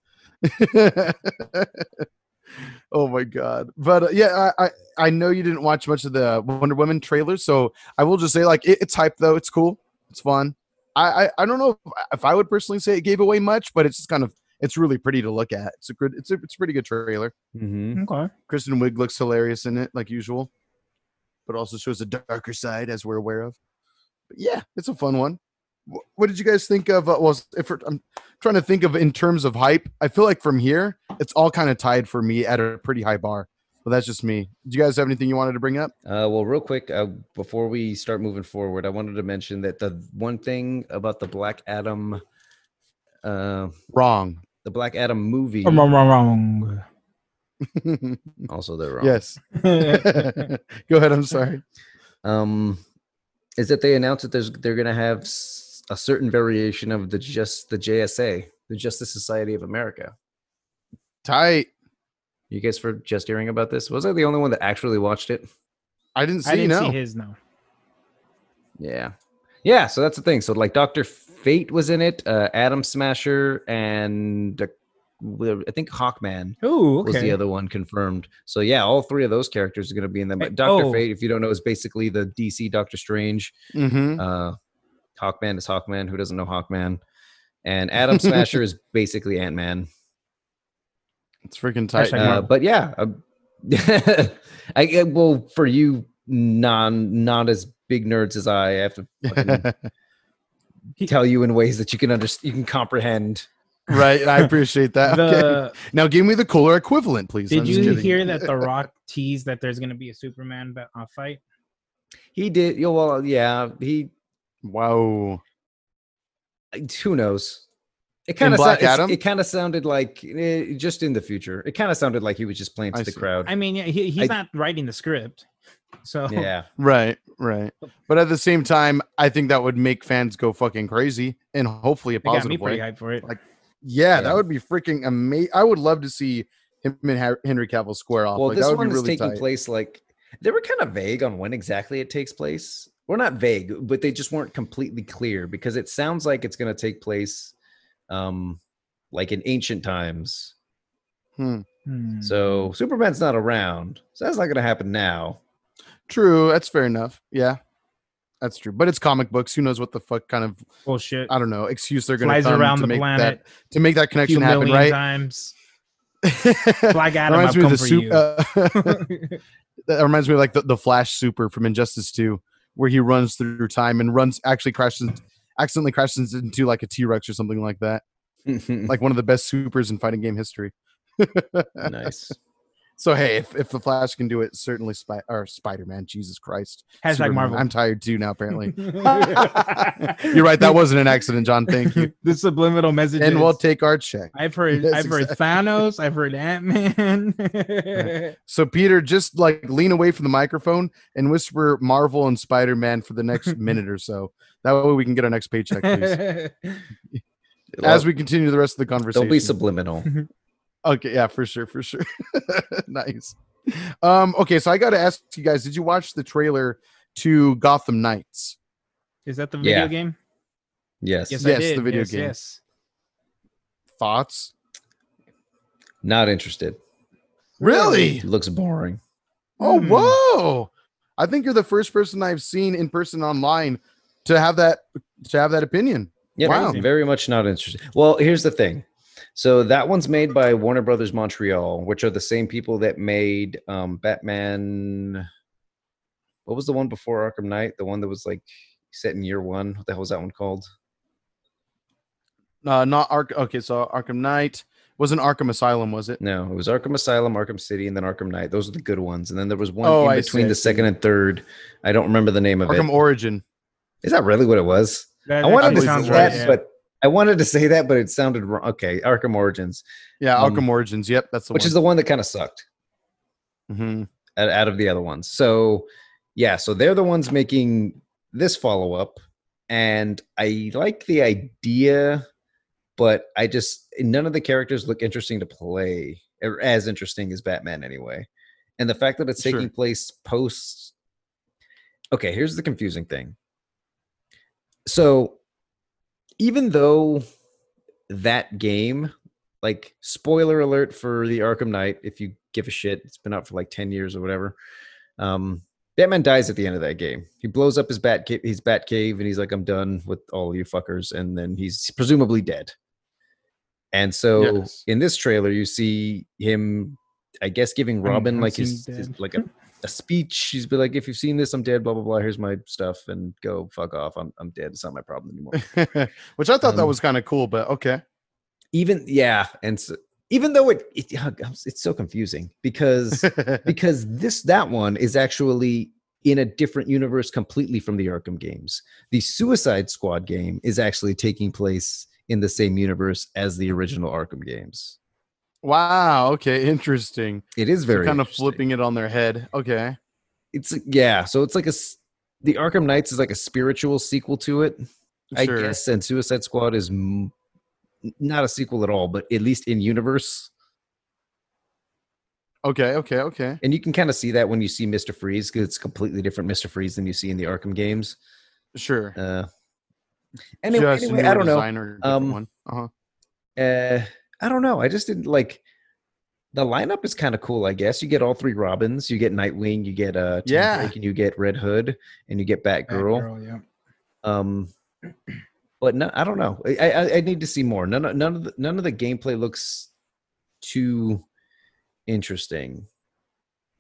S1: oh my god! But uh, yeah, I, I I know you didn't watch much of the Wonder Woman trailer, so I will just say like it, it's hype though. It's cool. It's fun. I I, I don't know if, if I would personally say it gave away much, but it's just kind of it's really pretty to look at. It's a good. It's a it's a pretty good trailer.
S3: Mhm.
S4: Okay.
S1: Kristen Wiig looks hilarious in it, like usual, but also shows a darker side as we're aware of. But yeah, it's a fun one. Wh- What did you guys think of? Uh, well, if we're- I'm trying to think of in terms of hype, I feel like from here it's all kind of tied for me at a pretty high bar. But that's just me. Do you guys have anything you wanted to bring up?
S3: Uh, well, real quick, uh, before we start moving forward, I wanted to mention that the one thing about the Black Adam, uh,
S1: Wrong.
S3: the Black Adam movie,
S4: Wrong, wrong, wrong,
S3: also they're wrong.
S1: yes.
S4: wrong.
S1: Go ahead. I'm sorry.
S3: um is that they announced that there's they're gonna have s- a certain variation of the just the JSA, the Justice Society of America.
S1: Tight.
S3: You guys for just hearing about this? Was I the only one that actually watched it?
S1: I didn't see.
S4: I didn't
S1: no.
S4: see his no.
S3: Yeah. Yeah, so that's the thing. So like Dr. Fate was in it, uh Adam Smasher and uh, w- I think Hawkman
S4: Oh, okay.
S3: was the other one confirmed. So yeah, all three of those characters are going to be in them.
S4: Hey,
S3: But Doctor
S4: oh.
S3: Fate, if you don't know, is basically the DC Doctor Strange.
S1: Mhm.
S3: Uh, Hawkman is Hawkman. Who doesn't know Hawkman? And Adam Smasher is basically Ant Man.
S1: It's freaking tight.
S4: Hashtag
S1: dude.
S3: Uh,
S4: Marvel.
S3: but yeah, um, I I- uh, well for you non not as big nerds as I, I have to fucking tell you in ways that you can understand, you can comprehend.
S1: right. I appreciate that. okay.
S4: The-
S1: Now give me the cooler equivalent, please. I'm
S4: Did
S1: just
S4: you
S1: kidding.
S4: hear that The Rock teased that there's going to be a Superman ba- uh, fight?
S3: He did. yeah, Well, yeah, he
S1: Wow.
S3: I- who knows? It kind of
S1: Black Adam?
S3: It kind of sounded like eh, just in the future. It kind of sounded like he was just playing to
S1: I
S3: the
S1: see.
S3: crowd.
S4: I mean, yeah, he, he's
S3: I-
S4: not writing the script, so
S3: yeah,
S1: Right, right. But at the same time, I think that would make fans go fucking crazy and hopefully a
S4: it got me
S1: positive
S4: pretty
S1: way.
S4: hyped for it.
S1: Like- Yeah,
S3: Yeah.
S1: that would be freaking amazing. I would love to see him and Har- Henry Cavill square off.
S3: Well,
S1: like,
S3: this
S1: that would
S3: one
S1: be
S3: is
S1: really
S3: taking
S1: tight.
S3: place like they were kind of vague on when exactly it takes place. Well, not vague, but they just weren't completely clear because it sounds like it's going to take place um like in ancient times.
S1: Hmm.
S4: Hmm.
S1: Mm-hmm.
S3: So Superman's not around. So that's not going to happen now.
S1: True, that's fair enough. Yeah, that's true. But it's comic books. Who knows what the fuck kind of
S4: bullshit.
S1: I don't know excuse they're going
S4: Flies
S1: to
S4: around
S1: to
S4: the
S1: make
S4: planet
S1: that to make that
S4: a
S1: connection
S4: few
S1: happen,
S4: million
S1: right?
S4: times.
S1: Black
S4: Adam, I've come for
S1: Sup- uh,
S4: you.
S1: that reminds me of like the, the Flash Super from Injustice Two, where he runs through time and runs actually crashes, accidentally crashes into like a T Rex or something like that. Like one of the best supers in fighting game history.
S3: nice.
S1: So hey, if, if the Flash can do it, certainly Spy- or Spider Man. Jesus Christ,
S4: Hashtag
S1: Superman.
S4: Marvel.
S1: I'm tired too now. Apparently, you're right. That wasn't an accident, John. Thank you.
S4: the subliminal message.
S1: And we'll take our check.
S4: I've heard,
S1: Yes,
S4: I've heard Thanos, I've heard Ant Man.
S1: So Peter, just like lean away from the microphone and whisper Marvel and Spider Man for the next minute or so. That way we can get our next paycheck, please. As we continue the rest of the conversation.
S3: don't be subliminal.
S1: Okay, yeah, for sure, for sure. nice. Um, okay, so I got to ask you guys: Did you watch the trailer to Gotham Knights?
S4: Is that the video
S3: Yeah.
S4: game?
S3: Yes.
S4: Yes, I
S1: Yes,
S4: did.
S1: the video
S4: yes,
S1: game.
S4: Yes.
S1: Thoughts?
S3: Not interested.
S1: Really?
S3: looks boring.
S1: Oh,
S4: Hmm.
S1: whoa! I think you're the first person I've seen in person online to have that to have that opinion.
S3: Yeah,
S1: Wow.
S3: very much not interested. Well, here's the thing. So that one's made by Warner Brothers Montreal, which are the same people that made um, Batman. What was the one before Arkham Knight? The one that was like set in year one. What the hell was that one called?
S1: Uh, not Ark. Okay, so Arkham Knight wasn't Arkham Asylum, was it?
S3: No, it was Arkham Asylum, Arkham City, and then Arkham Knight. Those are the good ones. And then there was one
S1: Oh,
S3: in
S1: I see,
S3: between
S1: I
S3: the
S1: see.
S3: second and third. I don't remember the name of
S1: Arkham
S3: it.
S1: Origin.
S3: Is that really what it was?
S4: That
S3: I wanted to
S4: actually
S3: say
S1: sounds
S3: that,
S1: right,
S4: yeah.
S3: but I wanted to say that, but it sounded wrong. Okay, Arkham Origins,
S1: Yeah,
S3: Um,
S1: Arkham Origins. Yep, that's the
S3: which
S1: one.
S3: is the one that kind of sucked.
S1: Mhm.
S3: out, out of the other ones. So yeah, so they're the ones making this follow up, and I like the idea, but I just none of the characters look interesting to play or as interesting as Batman anyway, and the fact that it's taking
S1: Sure.
S3: place post. Okay, here's the confusing thing. So even though that game like spoiler alert for the arkham knight if you give a shit it's been out for like 10 years or whatever um batman dies at the end of that game he blows up his bat cave his bat cave and he's like i'm done with all you fuckers and then he's presumably dead and so
S1: Yes.
S3: in this trailer you see him i guess giving robin
S4: I'm
S3: like his,
S4: seeing
S3: his
S4: dead.
S3: like a, a speech he's been like if you've seen this i'm dead blah blah blah here's my stuff and go fuck off i'm, I'm dead it's not my problem anymore
S1: Mm-hmm. which I thought that
S3: Um,
S1: was kind of cool, but okay.
S3: even yeah and so, even though it, it it's so confusing because because this that one is actually in a different universe completely from the arkham games the suicide squad game is actually taking place in the same universe as the original arkham games
S1: wow. Okay. Interesting.
S3: it is
S1: So
S3: very
S1: kind of
S3: interesting.
S1: flipping it on their head. Okay.
S3: it's yeah so it's like a s- the arkham knights is like a spiritual sequel to it i
S1: Sure.
S3: guess and suicide squad is m- not a sequel at all but at least in universe
S1: Okay. Okay. Okay.
S3: And you can kind of see that when you see Mr. Freeze because it's completely different Mr. Freeze than you see in the Arkham games.
S1: Sure.
S3: Uh, anyway,
S1: Just
S3: anyway,
S1: newer
S3: I don't know.
S1: designer, different
S3: Um,
S1: one. Uh-huh.
S3: Uh, I don't know. I just didn't like the lineup is kind of cool. I guess you get all three Robins. You get Nightwing. You get uh, Tim
S1: Yeah.
S3: Drake, and you get Red Hood, and you get Batgirl.
S4: Batgirl, yeah.
S3: Um, but no, I don't know. I, I I need to see more. None of none of the, none of the gameplay looks too interesting.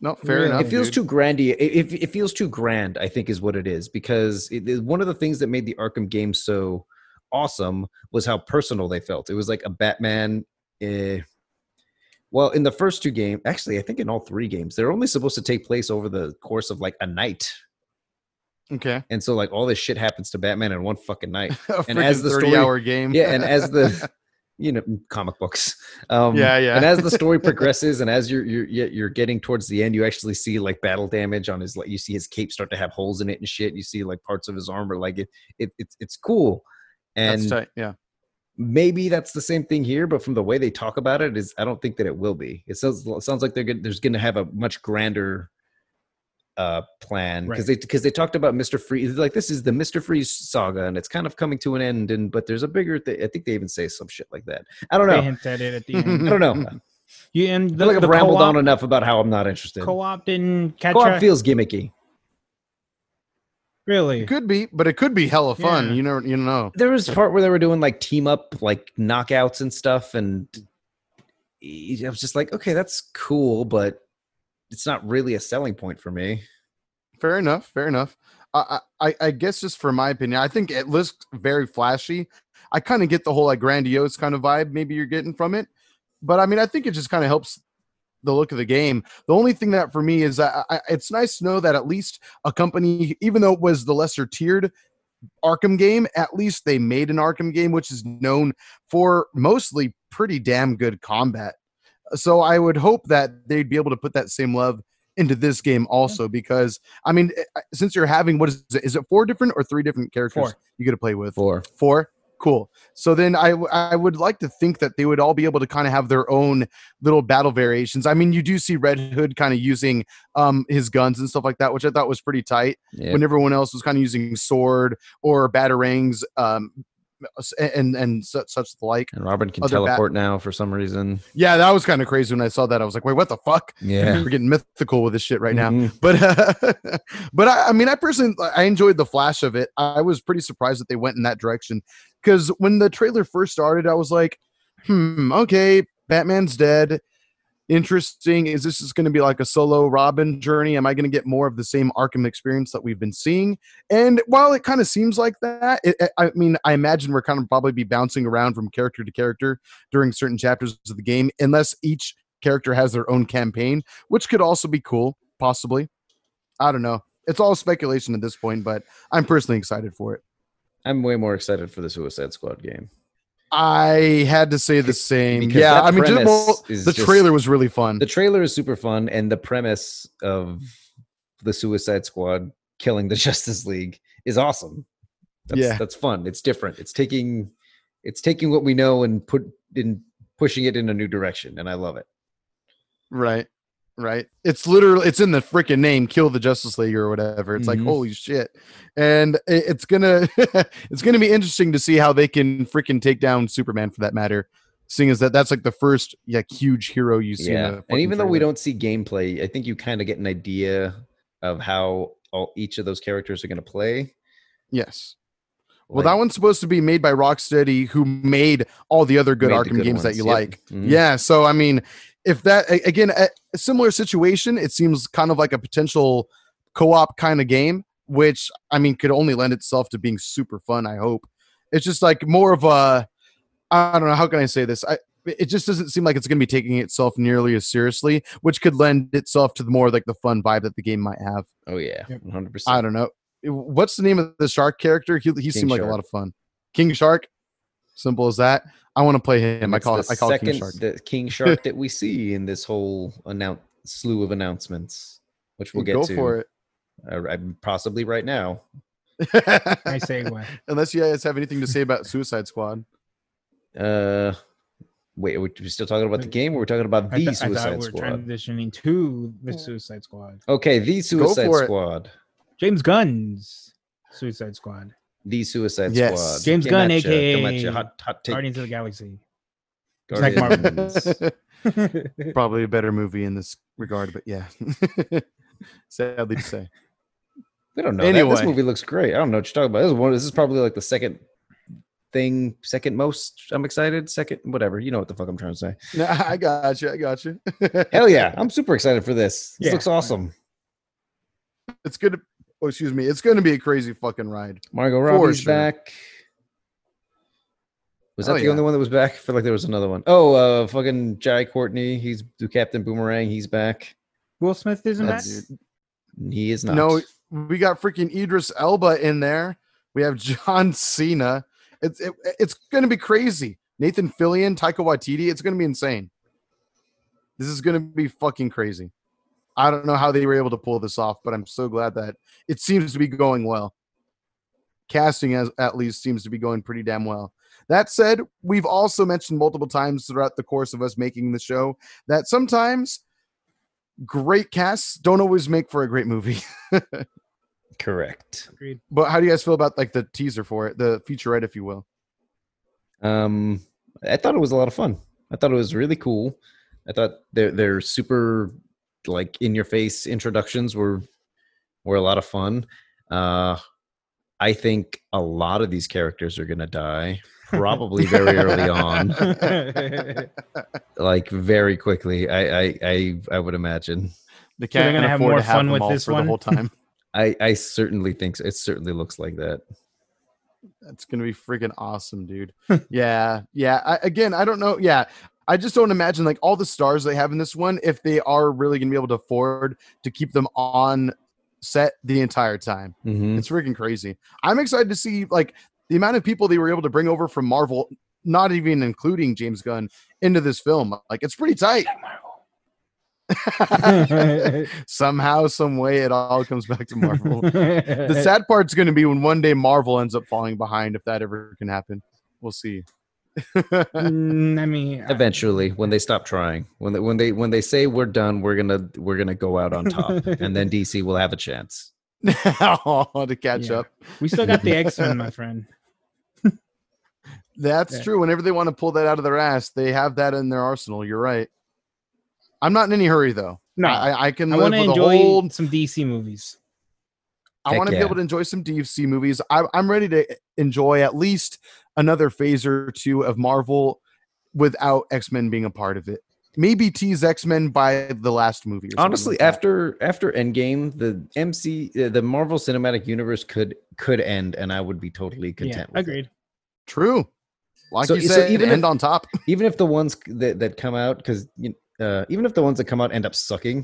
S1: No, fair
S4: Yeah.
S1: enough.
S3: it feels
S1: dude.
S3: too grandy. It, it, it feels too grand. I think is what it is because it, it- one of the things that made the Arkham games so awesome was how personal they felt. It was like a Batman. Eh, well, in the first two games, actually, I think in all three games, they're only supposed to take place over the course of like a night,
S1: okay.
S3: and so like all this shit happens to Batman in one fucking night.
S1: A
S3: And as
S1: freaking
S3: the story-
S1: thirty-hour game.
S3: Yeah, and as the you know comic books, um,
S1: yeah, yeah.
S3: and as the story progresses and as you're, you're you're you're getting towards the end you actually see like battle damage on his like you see his cape start to have holes in it and shit you see like parts of his armor like it, it it's it's cool
S1: That's
S3: and
S1: tight, yeah.
S3: maybe that's the same thing here but from the way they talk about it is i don't think that it will be it sounds it sounds like they're gonna there's gonna have a much grander uh plan because
S4: Right.
S3: they because they talked about mr freeze like this is the mr freeze saga and it's kind of coming to an end and but there's a bigger thing i think they even say some shit like that i don't
S4: They
S3: know
S4: hint at it at the end.
S3: i don't know
S4: You and
S3: I
S4: the,
S3: feel like
S4: the
S3: I've rambled
S4: co-op,
S3: on enough about how I'm not interested. Co-op,
S4: co-op didn't catch up.
S3: feels gimmicky.
S4: really?
S1: It could be, but it could be hella fun.
S4: Yeah.
S1: You never, you know.
S3: There was a part where they were doing like team up, like e, knockouts and stuff, and I was just like, okay, that's cool, but it's not really a selling point for me.
S1: Fair enough. Fair enough. I, I, I guess just for my opinion, I think it looks very flashy. I kind of get the whole like grandiose kind of vibe maybe you're getting from it, but I mean I think it just kind of helps the look of the game. The only thing that for me is that I, it's nice to know that at least a company, even though it was the lesser tiered Arkham game, at least they made an Arkham game which is known for mostly pretty damn good combat. So I would hope that they'd be able to put that same love into this game also because I mean eh, since you're having what is it is it four different or three different characters
S4: Four.
S1: you get to play with
S3: For
S1: four cool so then I w- I would like to think that they would all be able to kind of have their own little battle variations I mean you do see Red Hood kind of using um his guns and stuff like that which I thought was pretty tight
S3: yeah,
S1: when everyone else was kind of using sword or batarangs um s- and and su- such the like
S3: and Robin can
S1: other bat-
S3: teleport now for some reason.
S1: yeah that was kind of crazy when I saw that I was like wait what the fuck
S3: Yeah,
S1: we're getting mythical with this shit right now
S3: Mhm.
S1: but uh, but I, I mean, I personally I enjoyed the flash of it. I was pretty surprised that they went in that direction because when the trailer first started, I was like, hmm, okay, Batman's dead. Interesting. Is this just going to be like a solo Robin journey? Am I going to get more of the same Arkham experience that we've been seeing? And while it kind of seems like that, it, I I mean, I imagine we're kind of probably be bouncing around from character to character during certain chapters of the game, unless each character has their own campaign, which could also be cool, possibly. I don't know. It's all speculation at this point, but I'm personally excited for it.
S3: I'm way more excited for the Suicide Squad game.
S1: I had to say the same.
S3: because
S1: yeah,
S3: that
S1: I mean, just,
S3: premise
S1: well,
S3: is
S1: the
S3: just-
S1: trailer was really fun.
S3: The trailer is super fun, and the premise of the Suicide Squad killing the Justice League is awesome. That's,
S1: Yeah.
S3: that's fun. It's different. It's taking it's taking what we know and put in pushing it in a new direction, and I love it.
S1: right, right. It's literally it's in the freaking name, "Kill the Justice League" or whatever. It's
S3: Mhm.
S1: like holy shit, and i- it's gonna it's gonna be interesting to see how they can freaking take down Superman for that matter. Seeing as that that's like the first like huge hero you see. in the
S3: Yeah,
S1: fucking
S3: and even though we
S1: trailer.
S3: don't see gameplay, I think you kind of get an idea of how all, each of those characters are going to play.
S1: yes. Well, that one's supposed to be made by Rocksteady, who made all the other good
S3: Made the
S1: Arkham
S3: good
S1: games that
S3: ones,
S1: you
S3: yep.
S1: like.
S3: Mhm.
S1: Yeah. So, I mean, if that, a- again, a a similar situation, it seems kind of like a potential co op kind of game, which, I mean, could only lend itself to being super fun, I hope. It's just like more of a, I don't know, how can I say this? I, it just doesn't seem like it's going to be taking itself nearly as seriously, which could lend itself to the more like the fun vibe that the game might have.
S3: Oh yeah,
S4: Yep.
S3: one hundred percent.
S1: I don't know. What's the name of the shark character? He, he seemed like a
S3: Shark.
S1: lot of fun. King Shark. Simple as that. I want to play him. I call it. I call it
S3: second,
S1: King Shark.
S3: the King Shark that we see in this whole annou- slew of announcements, which we'll get
S1: Go
S3: to
S1: for it.
S3: uh, I'm possibly right now.
S4: I say what?
S1: Unless you guys have anything to say about Suicide Squad.
S3: Uh, wait, are we are we still talking about the game? Or we're talking about
S4: I,
S3: the
S4: th- I thought
S3: Suicide
S4: we were
S3: Squad.
S4: transitioning to the Suicide Squad.
S3: Okay, the Suicide
S1: for it.
S3: Squad.
S4: James Gunn's Suicide Squad.
S3: The Suicide
S1: Yes.
S3: Squad.
S4: James
S3: Come
S4: Gunn,
S3: at ya, come at
S4: aka
S3: ya, hot, hot take.
S4: Guardians of the Galaxy. Zack Marvel.
S3: Guardians.
S1: Probably a better movie in this regard, but yeah. Sadly to say.
S3: We don't know. Anyway. This
S1: Anyway.
S3: movie looks great. I don't know what you're talking about. This is one. This is probably like the second thing, second most. I'm excited. Second, whatever. You know what the fuck I'm trying to say.
S1: No, I got you. I got you.
S3: Hell yeah! I'm super excited for this. This
S4: Yeah.
S3: looks awesome.
S1: it's good. To, oh, excuse me. It's going to be a crazy fucking ride.
S3: Margot Robbie's
S1: sure.
S3: back. Was that
S1: Oh,
S3: the
S1: yeah.
S3: only one that was back? I feel like there was another one. Oh, uh, fucking Jai Courtney. He's the Captain Boomerang. He's back.
S4: Will Smith isn't that?
S3: That's- He is not.
S1: No, we got freaking Idris Elba in there. We have John Cena. It's it, it's going to be crazy. Nathan Fillion, Taika Waititi. It's going to be insane. This is going to be fucking crazy. I don't know how they were able to pull this off, but I'm so glad that it seems to be going well. Casting, as at least, seems to be going pretty damn well. That said, we've also mentioned multiple times throughout the course of us making the show that sometimes great casts don't always make for a great movie.
S3: correct.
S4: Agreed.
S1: But how do you guys feel about like the teaser for it, the featurette, if you will?
S3: Um, I thought it was a lot of fun. I thought it was really cool. I thought their their super like in your face introductions were were a lot of fun. Uh, I think a lot of these characters are gonna die probably very early on, like very quickly. I I I, I would imagine.
S1: The
S4: So they're
S1: cat
S4: gonna
S1: can
S4: have
S1: afford
S4: more
S1: to have
S4: fun
S1: them
S4: with
S1: all
S4: this
S1: for
S4: one?
S1: the whole time.
S3: I, I certainly think so. It certainly looks like that.
S1: That's gonna be freaking awesome, dude. yeah, yeah. I, again, I don't know. Yeah, I just don't imagine like all the stars they have in this one if they are really gonna be able to afford to keep them on set the entire time.
S4: Mm.
S3: Mm-hmm.
S1: It's freaking crazy. I'm excited to see like the amount of people they were able to bring over from Marvel, not even including James Gunn, into this film. Like it's pretty tight. Somehow, some way, it all comes back to Marvel. the sad part's going to be when one day Marvel ends up falling behind, if that ever can happen. We'll see.
S4: Mm, I mean, I-
S3: Eventually, when they stop trying, when they, when they when they say we're done, we're gonna we're gonna go out on top, and then DC will have a chance.
S1: Oh, to catch
S4: Yeah.
S1: up.
S4: we still got the X Men, my friend.
S1: That's
S4: Yeah.
S1: true. Whenever they want to pull that out of their ass, they have that in their arsenal. You're right. I'm not in any hurry though.
S4: No, I,
S1: I, I can live
S4: want to
S1: with
S4: enjoy
S1: a whole
S4: some DC movies.
S1: I
S3: Heck
S1: want to
S3: yeah.
S1: be able to enjoy some DFC movies. I, I'm ready to enjoy at least another phase or two of Marvel without X Men being a part of it. Maybe tease X Men by the last movie. or something
S3: Honestly,
S1: like that.
S3: after after Endgame, the MC uh, the Marvel Cinematic Universe could could end, and I would be totally content.
S4: yeah,
S3: with it.
S4: agreed.
S1: true. Like
S3: So-
S1: you
S3: so
S1: said,
S3: even
S1: even
S3: if-
S1: end on top.
S3: even if the ones c- that, that come out because you kn- uh, even if the ones that come out end up sucking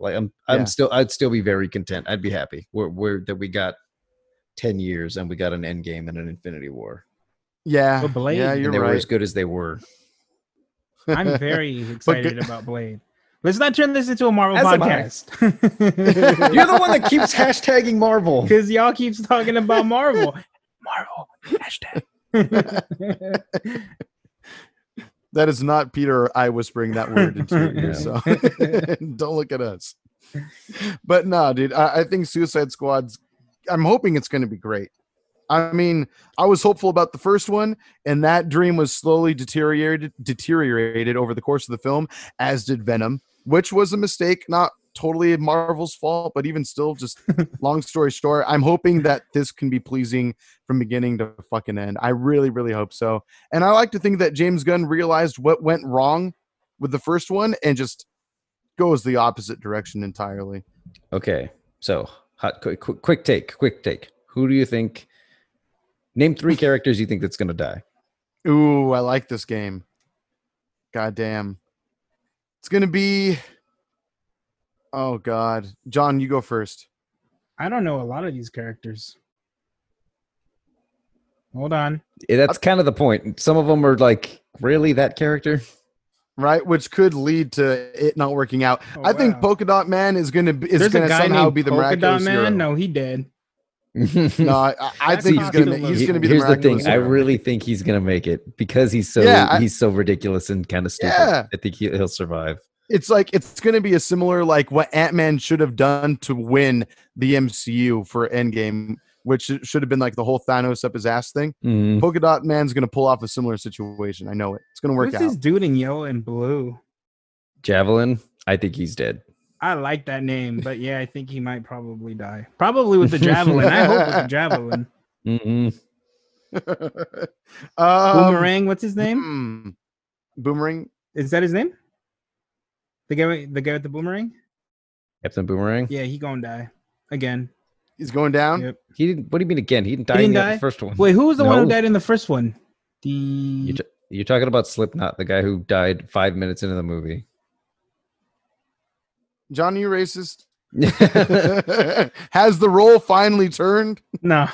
S3: like i'm i'm
S1: Yeah.
S3: still i'd still be very content i'd be happy we're, we're that we got 10 years and we got an end game and an infinity war
S1: Yeah,
S4: But Blade-
S1: yeah,
S4: And
S3: and
S1: you're
S3: they were
S1: right.
S3: as good as they were
S4: I'm very excited
S1: good-
S4: about Blade. Let's not turn this into a Marvel
S3: As am I.
S4: podcast.
S3: you're the one that keeps hashtagging marvel
S4: Because y'all keeps talking about Marvel. Marvel. Hashtag.
S1: That is not Peter or I whispering that word into your ear. So don't look at us. But no, dude, I, I think Suicide Squad's. I'm hoping it's going to be great. I mean, I was hopeful about the first one, and that dream was slowly deteriorated deteriorated over the course of the film, as did Venom, which was a mistake. Not totally Marvel's fault, but even still, just long story short, I'm hoping that this can be pleasing from beginning to fucking end. I really, really hope so. And I like to think that James Gunn realized what went wrong with the first one and just goes the opposite direction entirely.
S3: okay so hot quick, quick quick take quick take who do you think name three characters you think that's gonna die
S1: Ooh, I like this game. God damn. It's going to be. Oh, God. John, you go first.
S4: I don't know a lot of these characters. Hold on.
S3: Eh, that's kind of the point some of them are like really that character
S1: Right, which could lead to it not working out.
S4: Oh,
S1: I think
S4: wow.
S1: Polka Dot Man is gonna be, is gonna somehow be the
S4: Polka Dot
S1: miraculous
S4: Man.
S1: hero.
S4: No, he dead.
S1: no, I, I- I
S4: That's
S1: think he's gonna
S4: possible.
S1: he's
S4: He-
S1: gonna be the
S3: here's the, thing
S1: miraculous
S3: i
S1: hero.
S3: really think he's gonna make it because he's so
S1: Yeah, I-
S3: he's so ridiculous and kind of stupid
S1: Yeah.
S3: i think he, he'll survive
S1: it's like it's going to be a similar like what ant-man should have done to win the mcu for endgame which it should have been like the whole thanos up his ass thing
S3: Mm-hmm. Mm.
S1: polka dot man's going to pull off a similar situation i know it it's going to work
S4: What's
S1: out
S4: this dude in yellow and blue?
S3: javelin i think he's dead
S4: I like that name, but yeah, I think he might probably die. Probably with the javelin. I hope with
S3: Um,
S4: the javelin.
S3: Mm-mm.
S1: Um,
S4: Boomerang. What's his name?
S1: hmm. boomerang
S4: Is that his name? The guy. with- The guy with the boomerang.
S3: captain boomerang
S4: Yeah, he gonna die again.
S1: is going down
S4: Yep.
S3: he didn't what do you mean again he didn't die
S4: didn't
S3: in the
S4: die?
S3: first one
S4: Wait, who was the one who
S3: No.
S4: died in the first one? The
S3: You t- you're talking about slipknot the guy who died five minutes into the movie
S1: john you racist has the role finally turned
S4: no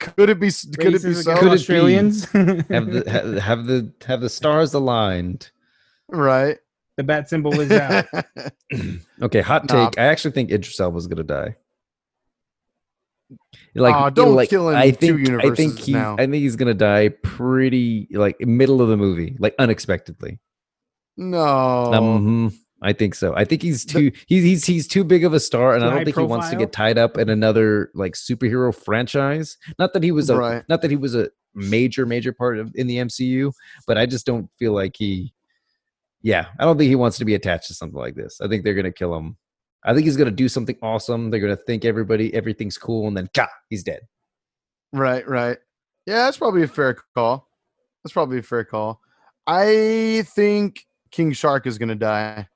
S1: could it be s- could it be
S4: races
S1: so
S4: against
S3: Could it be?
S4: Australians.
S3: have the ha- have the have the stars aligned
S1: right
S4: the bat symbol is out.
S3: okay hot
S1: Nah.
S3: take i actually think idris elba's gonna die like
S1: Aw,
S3: you know,
S1: don't
S3: like,
S1: kill him
S3: I
S1: two
S3: think, I think
S1: universes
S3: he,
S1: now.
S3: I think he's gonna die pretty like middle of the movie, like unexpectedly.
S1: no
S3: Mhm. I think so. I think he's too he's he's he's too big of a star, and I
S4: Too
S3: don't
S4: high
S3: think he wants to
S4: profile?
S3: get tied up in another like superhero franchise. Not that he was a
S1: Right.
S3: not that he was a major major part of in the MCU, but I just don't feel like he. Yeah, I don't think he wants to be attached to something like this. I think they're gonna kill him. I think he's gonna do something awesome. They're gonna think everybody everything's cool, and then ka, he's dead.
S1: Right, right. Yeah, that's probably a fair call. That's probably a fair call. I think King Shark is gonna die.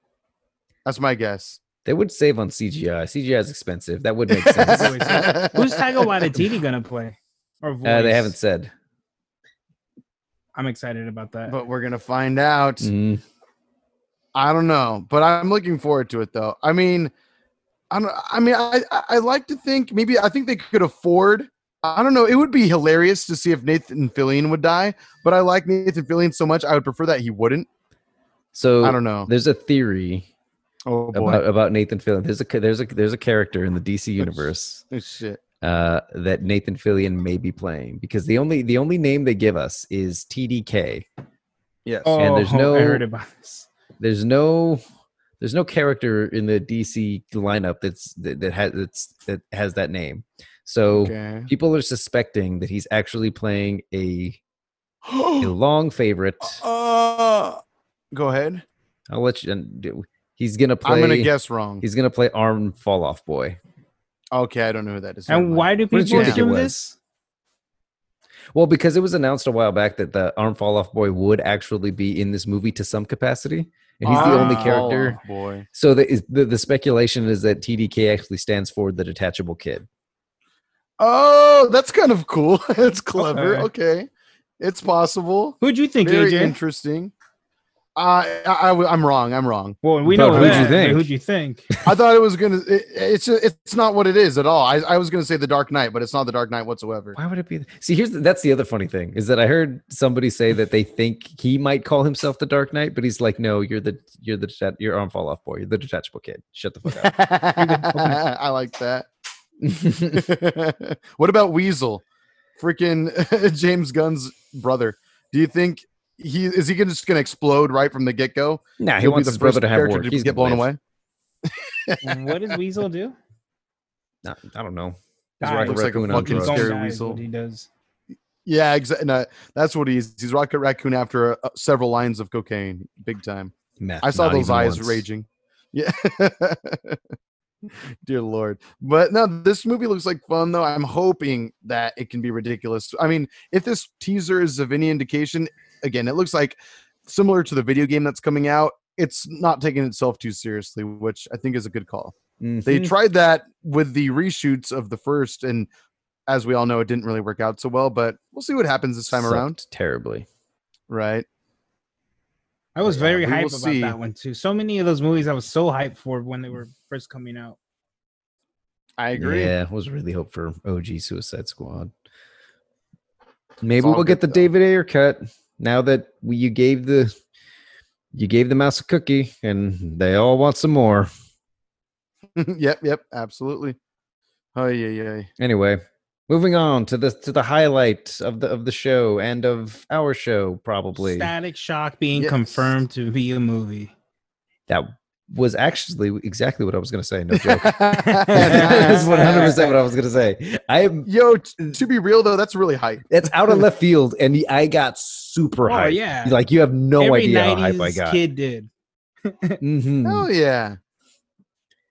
S1: That's my guess.
S3: They would save on CGI. CGI is expensive. That would make sense.
S4: Voice. Who's Taika Waititi gonna play? Or voice?
S3: Uh, they haven't said.
S4: I'm excited about that.
S1: But we're gonna find out.
S3: Mm.
S1: I don't know, but I'm looking forward to it though. I mean, I don't. I mean, I I I like to think maybe I think they could afford. I don't know. It would be hilarious to see if Nathan Fillion would die, but I like Nathan Fillion so much. I would prefer that he wouldn't.
S3: So
S1: I don't know.
S3: There's a theory
S1: Oh boy,
S3: about, about Nathan Fillion. There's a ca- there's a there's a character in the DC universe
S1: Oh, shit.
S3: uh, that Nathan Fillion may be playing because the only the only name they give us is TDK.
S1: Yes.
S4: Oh,
S3: And there's no-
S4: I heard about this.
S3: There's no there's no character in the DC lineup that's that, that has that's, that has that name. So
S1: Okay.
S3: people are suspecting that he's actually playing a a long favorite.
S1: Uh, go ahead.
S3: I'll let you. and do- He's gonna play.
S1: I'm gonna guess wrong.
S3: He's gonna play Arm Fall Off Boy.
S1: Okay, I don't know who that is. Never
S4: And
S1: mind.
S4: why do
S3: What did you
S4: people
S3: think it
S4: assume
S3: was?
S4: this?
S3: Well, because it was announced a while back that the Arm Fall Off Boy would actually be in this movie to some capacity, and he's the only
S1: Ah,
S3: character.
S1: oh, boy.
S3: So the, is, the the speculation is that TDK actually stands for the detachable kid.
S1: Oh, that's kind of cool. it's clever. Okay. It's possible.
S4: Who'd you think,
S1: Very
S4: AJ?
S1: interesting. Uh, I, I, I am wrong. I'm wrong.
S4: well, we
S3: But
S4: know
S3: who'd you
S4: that. but
S3: think?
S4: Who'd you think?
S1: I thought it was gonna. It, it's it's not what it is at all. I, I was gonna say the Dark Knight, but it's not the Dark Knight whatsoever.
S3: Why would it be? See, here's the, that's the other funny thing is that I heard somebody say that they think he might call himself the Dark Knight, but he's like, no, you're the you're the deta- you're Arm Fall Off Boy, you're the detachable kid. Shut the fuck up.
S1: I like that. what about Weasel? Freaking James Gunn's brother. Do you think he is he gonna just gonna explode right from the get go?
S3: Nah, he wants his brother to have work. He's
S1: get blown away.
S4: what does Weasel do?
S3: No, I don't know.
S4: God,
S3: Rocket
S1: looks like a
S3: Raccoon on
S1: fucking
S3: drugs.
S1: scary
S4: Gonzalez,
S1: weasel.
S4: what he does.
S1: Yeah, exactly. No, that's what he's. He's Rocket Raccoon after uh, several lines of cocaine, big time.
S3: Meth,
S1: I saw
S3: not
S1: those
S3: even
S1: eyes
S3: once.
S1: raging. Yeah. Dear Lord. But no, this movie looks like fun though. I'm hoping that it can be ridiculous. I mean, if this teaser is of any indication, again, it looks like similar to the video game that's coming out. It's not taking itself too seriously, which I think is a good call. They
S3: Mhm.
S1: tried that with the reshoots of the first, and as we all know, it didn't really work out so well. But we'll see what happens this time
S3: Sucked
S1: around,
S3: terribly.
S1: right?
S4: I was
S1: Yeah,
S4: very
S1: we will
S4: hyped about
S1: see.
S4: that one too. So many of those movies I was so hyped for when they were first coming out.
S1: I agree.
S3: Yeah, I was really hope for OG Suicide Squad. Maybe
S1: all
S3: we'll get the
S1: good, though.
S3: David Ayer cut now that we, you gave the you gave the mouse a cookie and they all want some more.
S1: yep, yep, absolutely. Oh yeah, yeah.
S3: Anyway, moving on to the to the highlight of the of the show and of our show probably.
S4: Static Shock being
S1: Yes.
S4: confirmed to be a movie.
S3: That was actually exactly what I was going to say, no joke.
S4: Nice.
S3: That's 100% what I was going to say. I am
S1: Yo, t- to be real though, that's really hype.
S3: That's out of left field, and the, I got super
S4: Oh
S3: hyped.
S4: yeah.
S3: Like you have no
S4: Every
S3: idea
S4: 90s
S3: how hype I got.
S4: kid did.
S3: Mhm.
S1: Hell yeah.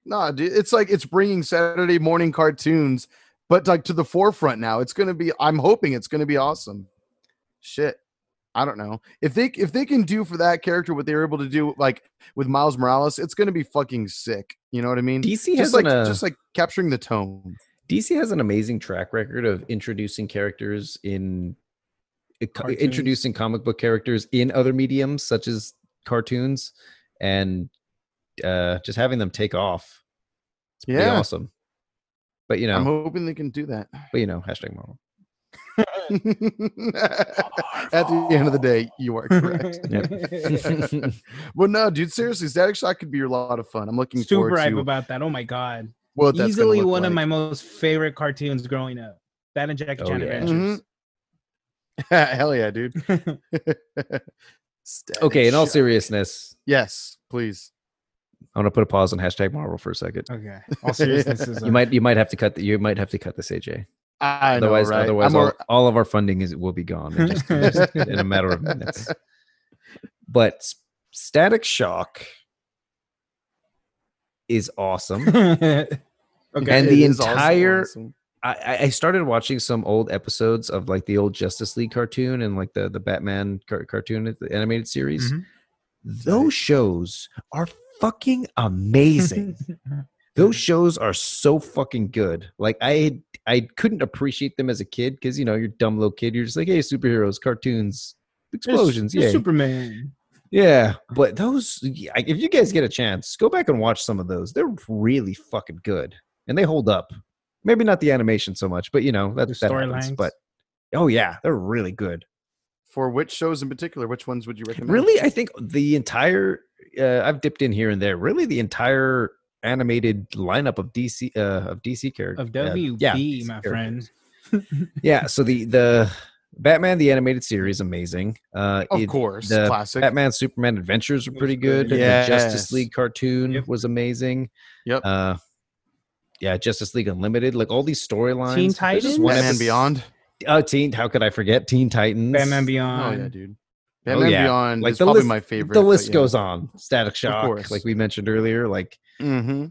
S1: No, dude, it's like it's bringing Saturday morning cartoons, but like to the forefront now. It's gonna be. I'm hoping it's gonna be awesome. Shit, I don't know if they if they can do for that character what they were able to do like with Miles Morales. It's gonna be fucking sick. You know what I mean?
S3: DC
S1: Just
S3: has
S1: like
S3: an, uh,
S1: just like capturing the tone.
S3: DC has an amazing track record of introducing characters in i- co-
S4: Cartoons.
S3: introducing comic book characters in other mediums such as cartoons, and uh, just having them take off. It's pretty
S1: Yeah.
S3: awesome. But you
S1: I'm
S3: know,
S1: hoping they can do that.
S3: but you know, hashtag Marvel.
S1: At the end of the day, you are correct. well, no, dude, seriously, Static Shock could be a lot of fun. I'm looking
S4: Super
S1: forward
S4: hype
S1: to
S4: about that. Oh my god.
S1: what that's gonna
S4: Easily
S1: look
S4: one of
S1: like.
S4: my most favorite cartoons growing up. That and Jackie
S3: Oh,
S4: Chan
S3: yeah.
S4: Adventures.
S1: Mm-hmm. Hell yeah, dude. Static
S3: Okay, in all
S1: Shock.
S3: seriousness,
S1: Yes, please.
S3: I'm gonna put a pause on hashtag Marvel for a second.
S4: okay. All seriousness is
S3: You might you might have to cut the, you might have to cut this AJ.
S1: I know,
S3: otherwise,
S1: right?
S3: otherwise,
S1: I'm
S3: all,
S1: al-
S3: all of our funding is will be gone in, just, in just- in a matter of minutes. But S- Static Shock is awesome.
S4: okay.
S3: And
S1: it
S3: the
S1: is also
S3: entire-
S1: awesome.
S3: I- I, I started watching some old episodes of
S1: Mm-hmm.
S3: like the old Justice League cartoon and like the the Batman car- cartoon, the animated series.
S4: Mhm.
S3: Those shows are fucking amazing. Those shows are so fucking good. Like I I couldn't appreciate them as a kid because you know you're a dumb little kid. You're just like, hey, superheroes, cartoons, explosions,
S4: It's
S3: yeah,
S4: Superman.
S3: yeah. But those, yeah, if you guys get a chance, go back and watch some of those. They're really fucking good, and they hold up. Maybe not the animation so much, but you know that,
S4: The
S3: that happens.
S4: storylines.
S3: But oh yeah, they're really good.
S1: For which shows in particular? Which ones would you recommend?
S3: Really, I think the entire uh, I've dipped in here and there. Really, the entire animated lineup of DC uh, of DC characters
S4: Of WB,
S3: yeah,
S4: my
S3: characters.
S4: friend.
S3: Yeah. So the the Batman the animated series amazing. Uh,
S1: Of
S3: it-
S1: course,
S3: the
S1: classic.
S3: Batman Superman Adventures were
S4: Looks
S3: pretty
S4: good.
S3: good. Yeah, The Justice
S2: Yes.
S3: League cartoon
S4: Yep.
S3: was amazing.
S1: Yep.
S3: Uh, yeah, Justice League Unlimited, like all these storylines.
S4: Teen
S3: There's just
S4: Titans?
S3: one
S1: Batman
S3: episode-
S1: Beyond.
S3: Oh, Teen. How could I forget Teen Titans?
S4: Batman
S1: Oh yeah,
S4: Beyond.
S1: dude. Batman
S3: yeah.
S1: Beyond
S3: Like,
S1: is
S3: the
S1: probably
S3: list-
S1: my favorite.
S3: The list goes on. Static
S1: course.
S3: Shock, like we mentioned earlier. Like,
S1: Mm-hmm.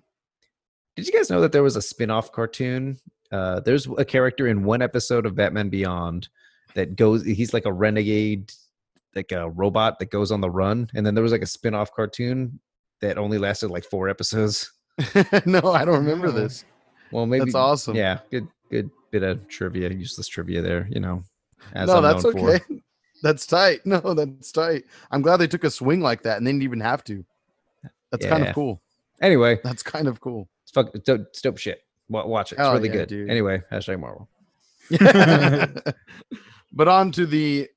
S3: did you guys know that there was a spin-off cartoon? Uh, there's a character in one episode of Batman Beyond that goes. He's like a renegade, like a robot that goes on the run. And then there was like a spin-off cartoon that only lasted like four episodes.
S1: no, I don't remember
S4: No.
S1: this.
S3: Well, maybe
S1: That's awesome.
S3: Yeah, good good bit of trivia, useless trivia there. You know, as
S1: no,
S3: I'm
S1: that's
S3: known for.
S1: okay. That's tight. No, that's tight. I'm glad they took a swing like that and they didn't even have to. That's kind
S3: Yeah.
S1: of cool.
S3: Anyway,
S1: That's kind of cool.
S3: it's fuck, it's dope, it's dope shit. Wa- Watch it. It's
S1: Hell
S3: really
S1: yeah,
S3: good.
S1: dude.
S3: Anyway, hashtag Marvel.
S1: but on to the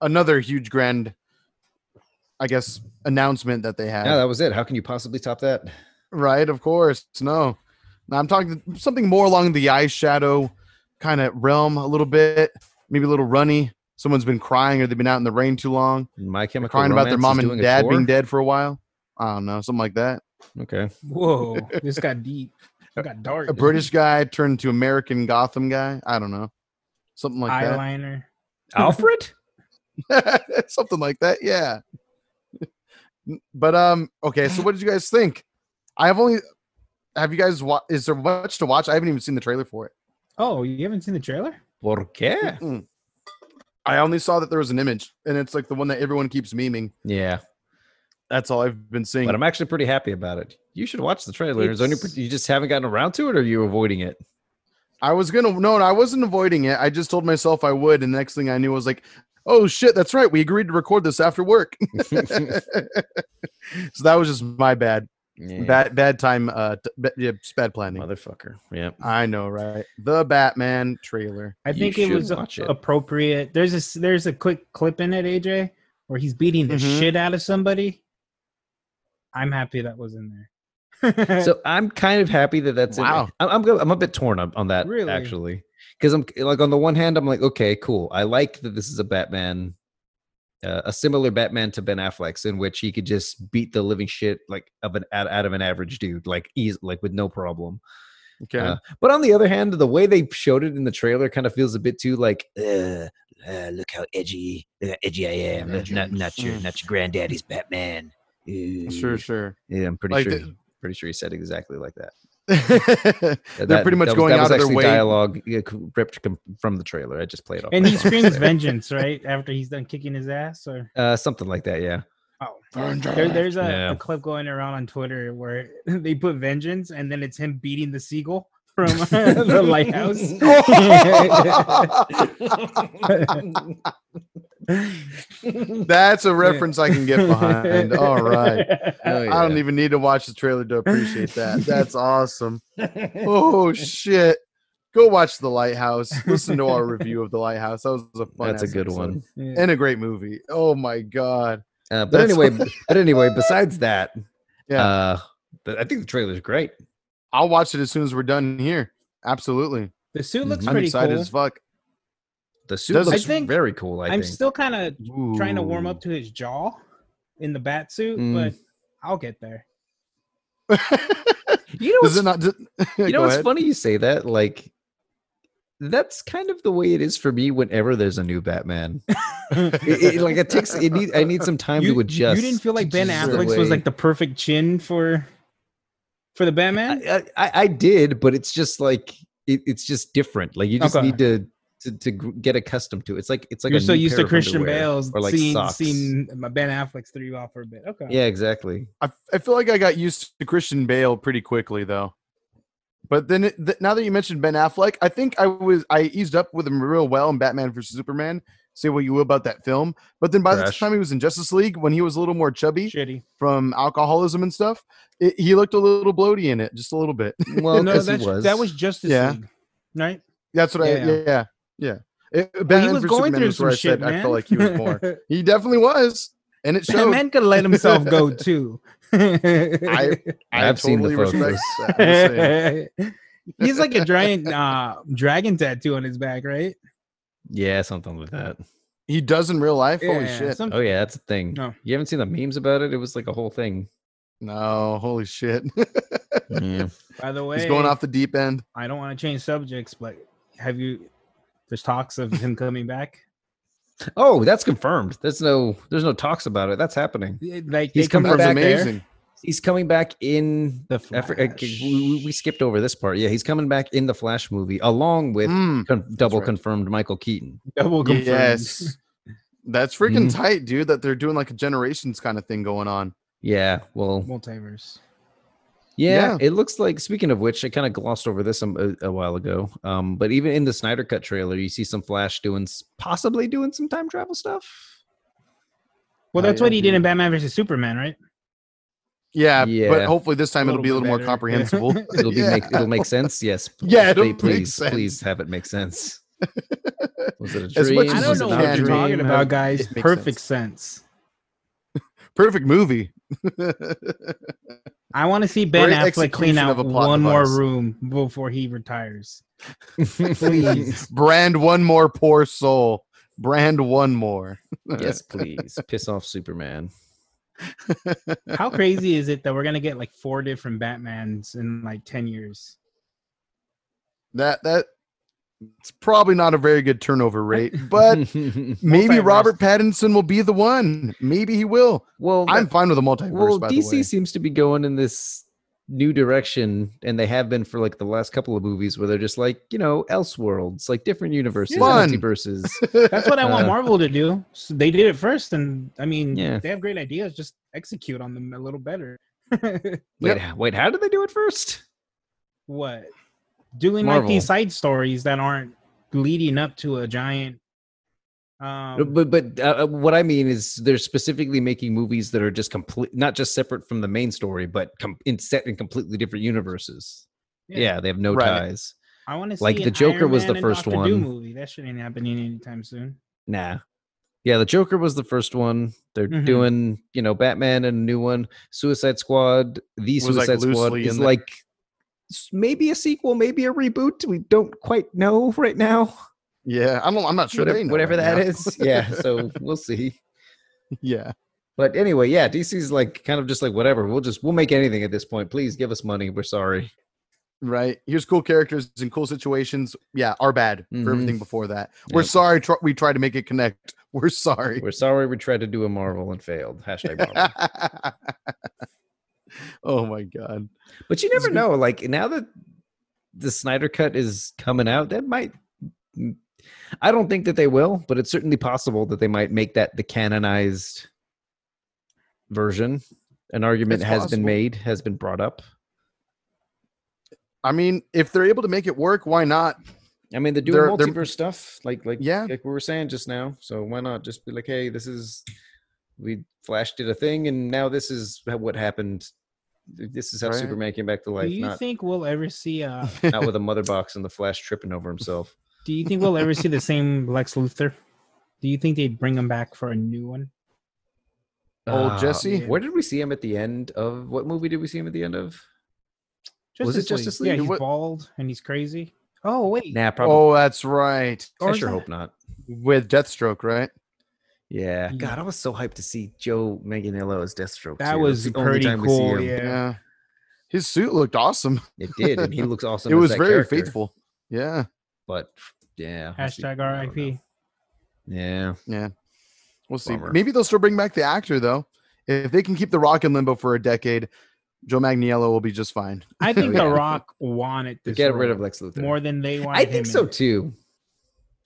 S1: another huge grand, I guess, announcement that they had.
S3: Yeah, that was it. How can you possibly top that?
S1: Right, of course. No. Now I'm talking something more along the eyeshadow kind of realm a little bit, maybe a little runny. Someone's been crying or they've been out in the rain too long,
S3: My
S1: They're
S3: chemical
S1: crying about their
S3: Romance
S1: mom
S3: is
S1: and
S3: doing a
S1: dad
S3: tour?
S1: being dead for a while. I don't know, something like that.
S3: Okay.
S4: Whoa, this got deep. It got dark.
S1: A British guy turned to American Gotham guy. I don't know. Something like
S4: eyeliner.
S3: Alfred?
S1: that. something like that. Yeah. But um okay, so what did you guys think? I've only have you guys wa- is there much to watch? I haven't even seen the trailer for it.
S4: Oh, you haven't seen the trailer?
S3: Por qué?
S1: I only saw that there was an image, and it's like the one that everyone keeps memeing.
S3: Yeah,
S1: That's all I've been seeing.
S3: but I'm actually pretty happy about it. You should watch the trailer. Is there any-
S4: It's-
S3: you just haven't gotten around to it, or are you avoiding it?
S1: I was gonna no, I wasn't avoiding it. I just told myself I would, and the next thing I knew I was like, "Oh shit, that's right. We agreed to record this after work." so that was just my bad,
S3: Yeah.
S1: bad, bad time. Uh, t- ba- yeah, it's bad planning.
S3: motherfucker. Yeah.
S1: I know, right? The Batman trailer.
S4: I
S3: You
S4: think it
S3: should
S4: was
S3: watch it.
S4: appropriate. There's a s- there's a quick clip in it, AJ, where he's beating the
S3: Mm-hmm.
S1: Mhm.
S4: shit out of somebody. I'm happy that was in there.
S3: so I'm kind of happy that that's in
S1: Wow.
S3: it. I'm I'm, go- I'm a bit torn up on that
S4: Really?
S3: actually because I'm like on the one hand I'm like okay cool I like that this is a Batman uh, a similar Batman to Ben Affleck's in which he could just beat the living shit like of an out, out of an average dude like easy like with no problem.
S1: Okay,
S3: Uh, but on the other hand, the way they showed it in the trailer kind of feels a bit too like, uh, uh, look how edgy, uh, edgy I am. Uh, Not, not your,
S1: Mm.
S3: not your granddaddy's Batman.
S1: sure,
S3: Ooh.
S1: sure.
S3: Yeah, I'm pretty
S1: Like
S3: sure.
S1: the-
S3: he- pretty sure he said exactly like that.
S1: They're
S3: That-
S1: pretty much
S3: that was-
S1: going
S3: that
S1: out
S3: was
S1: of their
S3: actually
S1: way.
S3: Dialogue yeah, c- ripped com- from the trailer. I just played off.
S4: and
S3: my
S4: he
S3: phone.
S4: screams vengeance, right? After he's done kicking his ass, or
S3: Uh, something like that. Yeah.
S4: oh, there, there's a,
S3: Yeah.
S4: a clip going around on Twitter where they put vengeance, and then it's him beating the seagull from the lighthouse.
S1: That's a reference I can get behind. All right.
S3: Oh,
S1: I don't
S3: yeah.
S1: even need to watch the trailer to appreciate that. That's awesome. Oh shit. Go watch The Lighthouse. Listen to our review of The Lighthouse. That was a fun
S3: That's a
S1: ass
S3: good
S1: episode.
S3: one.
S4: Yeah.
S1: And a great movie. Oh my god.
S3: Uh, but
S1: That's-
S3: anyway, but anyway, besides that,
S1: Yeah.
S3: uh, but I think the trailer's great.
S1: I'll watch it as soon as we're done here. Absolutely.
S4: The suit looks
S3: Mhm.
S1: I'm
S4: pretty
S1: excited
S4: cool.
S1: as fuck.
S3: The suit
S1: Does- I
S3: looks
S4: think-
S3: very cool. I
S4: I'm
S3: think.
S4: still kind of trying to warm
S1: Ooh.
S4: up to his jaw in the bat suit,
S3: Mm.
S4: but I'll get there.
S3: you know,
S1: Does
S3: what's,
S1: it not
S3: you know, it's funny you say that. Like, that's kind of the way it is for me. Whenever there's a new Batman, it, it- like it takes. It need, I need some time
S4: you,
S3: to
S4: you
S3: adjust.
S4: didn't feel like
S3: to
S4: Ben
S3: just the
S4: Affleck was
S3: way-
S4: like the perfect chin for for the Batman?
S3: I, I, I did, but it's just like it, it's just different. Like you just
S4: Okay.
S3: need to to, to gr- get accustomed to. It's like it's like
S4: You're
S3: a
S4: so
S3: new
S4: used
S3: pair
S4: to
S3: of
S4: Christian
S3: underwear
S4: Bale's
S3: or like
S4: seeing,
S3: socks.
S4: seeing my Ben Affleck's three off for a bit. Okay.
S3: Yeah, exactly.
S1: I, I feel like I got used to Christian Bale pretty quickly though. But then it, th- now that you mentioned Ben Affleck, I think I was I eased up with him real well in Batman vs Superman. Say what you will about that film, but then by
S3: Trash.
S1: the time he was in Justice League, when he was a little more chubby
S4: Shitty.
S1: from alcoholism and stuff, it, he looked a little bloaty in it, just a little bit.
S3: Well,
S4: no,
S3: 'cause he
S4: that's,
S3: was.
S4: that was Justice
S1: Yeah.
S4: League, right?
S1: That's what
S4: Yeah.
S1: I yeah yeah. It,
S4: Well, he
S1: Batman
S4: was
S1: vs
S4: going
S1: Superman
S4: through
S1: is where
S4: some
S1: I
S4: shit,
S1: said
S4: man.
S1: I felt like he was more. He definitely was, and it showed.
S4: Batman could let himself go too.
S1: I
S3: I've seen the
S1: totally respect that,
S3: photos.
S1: I'm just saying.
S4: He's like a giant uh, dragon tattoo on his back, right?
S3: yeah, something like that.
S1: He does in real life. Holy
S4: Yeah,
S1: shit!
S4: some-
S3: Oh yeah, that's a thing.
S4: No.
S3: You haven't seen the memes about it? It was like a whole thing.
S1: No, holy shit!
S3: Yeah.
S4: by the way,
S1: He's going off the deep end.
S4: I don't want to change subjects, but have you? There's talks of him coming back.
S3: Oh, that's confirmed. There's no there's no talks about it. That's happening.
S4: Like
S3: He's
S4: they come
S3: coming
S1: That's
S4: back
S3: back there.
S1: amazing.
S3: He's coming back in
S4: The
S3: Afri- uh,
S4: Flash.
S3: we, we- we skipped over this part. Yeah, he's coming back in the Flash movie along with
S1: Mm,
S3: con- double
S1: right.
S3: confirmed Michael Keaton.
S4: double confirmed.
S1: yes, that's freaking
S3: Mhm.
S1: tight, dude. That they're doing like a generations kind of thing going on.
S3: Yeah, well,
S4: multiverse.
S3: yeah,
S1: yeah.
S3: It looks like. Speaking of which, I kind of glossed over this um, a, a while ago. Um, but even in the Snyder Cut trailer, you see some Flash doing s- possibly doing some time travel stuff.
S4: Well,
S1: Oh,
S4: that's
S1: yeah,
S4: what he did
S1: dude.
S4: in Batman versus Superman, right?
S1: Yeah,
S3: Yeah.
S1: but hopefully this time it'll be a little more
S4: better.
S1: comprehensible.
S3: It'll be
S1: Yeah.
S3: make, it'll make sense. Yes.
S1: Yeah, it'll
S3: Pl-
S1: make
S3: please,
S1: sense.
S3: please have it make sense. Was it a
S1: As
S3: dream?
S1: much
S4: I
S1: as
S4: don't
S3: Was it
S4: know
S1: you
S3: not a
S4: what
S1: can
S4: you're
S3: dream?
S4: talking about, uh, guys.
S1: It makes
S4: Perfect sense.
S1: Perfect movie.
S4: I want to see Ben
S1: Great
S4: Affleck clean
S1: execution
S4: out
S1: of a plot
S4: one
S1: device.
S4: more room before he retires. Please.
S1: Brand one more poor soul. Brand one more.
S3: yes, please. Piss off Superman.
S4: How crazy is it that we're gonna get like four different Batmans in like ten years?
S1: That that it's probably not a very good turnover rate, but maybe
S4: Multiverse.
S1: Robert Pattinson will be the one. Maybe he will.
S3: well,
S1: I'm fine with the multiverse.
S3: well,
S1: by
S3: DC
S1: the way.
S3: seems to be going in this new direction, and they have been for like the last couple of movies where they're just like, you know, Elseworlds, like different universes,
S1: Fun.
S3: multiverses.
S4: That's what I want
S3: Uh,
S4: Marvel to do. So they did it first, and I mean,
S3: Yeah.
S4: they have great ideas. Just execute on them a little better.
S3: wait, h- wait, how did they do it first?
S4: what doing like
S3: Marvel.
S4: these side stories that aren't leading up to a giant? Um,
S3: but but uh, uh, what I mean is they're specifically making movies that are just complete, not just separate from the main story, but com- in set in completely different universes. Yeah, they have no
S1: Right.
S3: ties.
S4: I want to see
S3: like,
S4: an
S3: The Joker
S4: Iron
S3: was the
S4: Man and
S3: first
S4: Dr. Doom
S3: one.
S4: movie. That shit ain't happening anytime soon.
S3: Nah. Yeah, the Joker was the first one. They're
S1: Mm-hmm.
S4: Mhm.
S3: doing, you know, Batman and a new one. Suicide Squad. The
S1: Was, like,
S3: Suicide Squad
S1: loosely
S3: is
S1: in there.
S3: like s- maybe a sequel, maybe a reboot. We don't quite know right now.
S1: Yeah, I don't. I'm not sure.
S3: whatever
S1: they know
S3: whatever
S1: right
S3: that
S1: now.
S3: is. Yeah, so we'll see.
S1: yeah.
S3: But anyway, yeah, DC's like kind of just like whatever. We'll just we'll make anything at this point. Please give us money. We're sorry.
S1: Right. Here's cool characters and cool situations. Yeah, are bad
S3: Mhm.
S1: for everything before that. We're
S3: Yep.
S1: sorry. Tr- we tried to make it connect. We're sorry.
S3: We're sorry we tried to do a Marvel and failed. Hashtag Marvel.
S1: oh my god.
S3: But you
S1: It's
S3: never
S1: good.
S3: know. Like now that the Snyder cut is coming out, that might. I don't think that they will, but it's certainly possible that they might make that the canonized version. An argument
S1: It's
S3: has been
S1: possible.
S3: made, has been brought up.
S1: I mean, if they're able to make it work, why not?
S3: I mean, they're doing
S1: They're-
S3: multiverse
S1: they're-
S3: stuff, like like
S1: Yeah.
S3: like we were saying just now. So why not just be like, hey, this is we Flash did a thing, and now this is ha- what happened. This is how
S1: Right.
S3: Superman came back to life.
S4: do you
S3: Not
S4: think we'll ever see? Uh,
S3: not with a mother box and the Flash tripping over himself.
S4: do you think we'll ever see the same Lex Luthor? Do you think they'd bring him back for a new one?
S1: Old
S4: Oh,
S3: Uh,
S1: Jesse?
S3: Where did we see him at the end of what movie did we see him at the end of? Was it Justice League?
S4: Yeah, he's
S1: What-
S4: bald and he's crazy. Oh wait,
S3: Nah, probably.
S1: Oh, that's right.
S4: or
S3: I
S4: is
S3: sure
S4: that-
S3: hope not.
S1: With Deathstroke, right?
S3: Yeah.
S4: Yeah.
S3: God, I was so hyped to see Joe Manganiello as Deathstroke.
S4: That
S3: too. That's
S4: was
S3: the only
S4: pretty
S3: time we see
S4: cool.
S3: him.
S4: Yeah.
S1: His suit looked awesome.
S3: It did, and he looks awesome.
S1: it
S3: as
S1: was
S3: that
S1: very
S3: character,
S1: faithful. Yeah.
S3: But yeah. we'll see.
S4: Hashtag
S3: I don't know.
S4: RIP.
S3: Yeah.
S1: We'll see.
S3: Bummer.
S1: Maybe they'll still bring back the actor though. If they can keep the Rock in limbo for a decade, Joe Magniello will be just fine.
S4: I think
S3: yeah.
S4: The Rock wanted
S3: To
S4: this
S3: get rid
S4: role
S3: of Lex Luthor.
S4: more than they wanted.
S3: I
S4: him
S3: think so
S4: in.
S3: too.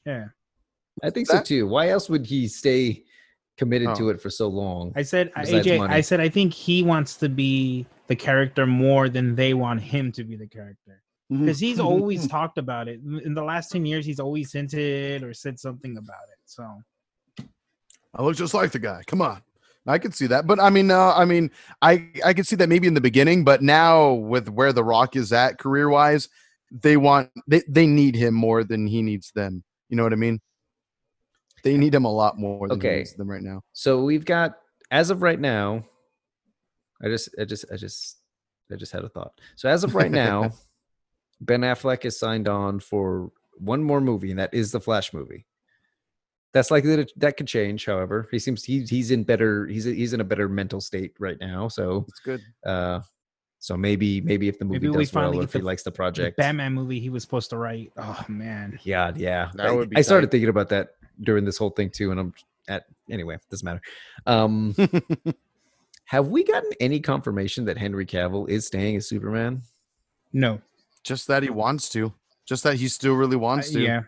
S4: Yeah.
S3: I think so
S1: That-
S3: too. Why else would he stay committed
S1: Oh.
S3: to it for so long?
S4: I said I-
S3: Besides
S4: AJ
S3: money.
S4: I said I think he wants to be the character more than they want him to be the character. Because Mm-hmm. he's
S1: Mm-hmm.
S4: always talked about it. In in the last 10 years, he's always hinted or said something about it. So
S1: I look just like the guy. Come on. I could see that. But I mean, uh, I mean, I I could see that maybe in the beginning, but now with where The Rock is at career wise, they want they, they need him more than he needs them. You know what I mean? They need him a lot more than he
S3: Okay.
S1: needs them right now.
S3: So we've got as of right now. I just, I just, I just, I just had a thought. So as of right now, Ben Affleck is signed on for one more movie, and that is the Flash movie. That's likely to, that could change. However, he seems he, he's in better he's he's in a better mental state right now. So
S1: It's good.
S3: uh, so maybe maybe if the movie
S4: Maybe we
S3: does well,
S4: finally
S3: or
S4: get
S3: if he
S4: the-
S3: likes the
S4: the
S3: project,
S4: Batman movie he was supposed to write. Oh man.
S3: Yeah, yeah.
S1: That
S3: I,
S1: would be
S3: I started
S1: tight.
S3: thinking about that during this whole thing too, and I'm at anyway. Doesn't matter. Um, have we gotten any confirmation that Henry Cavill is staying as Superman?
S4: No.
S1: Just that he wants to. Just that he still really wants
S4: I-
S1: to.
S4: Uh, yeah.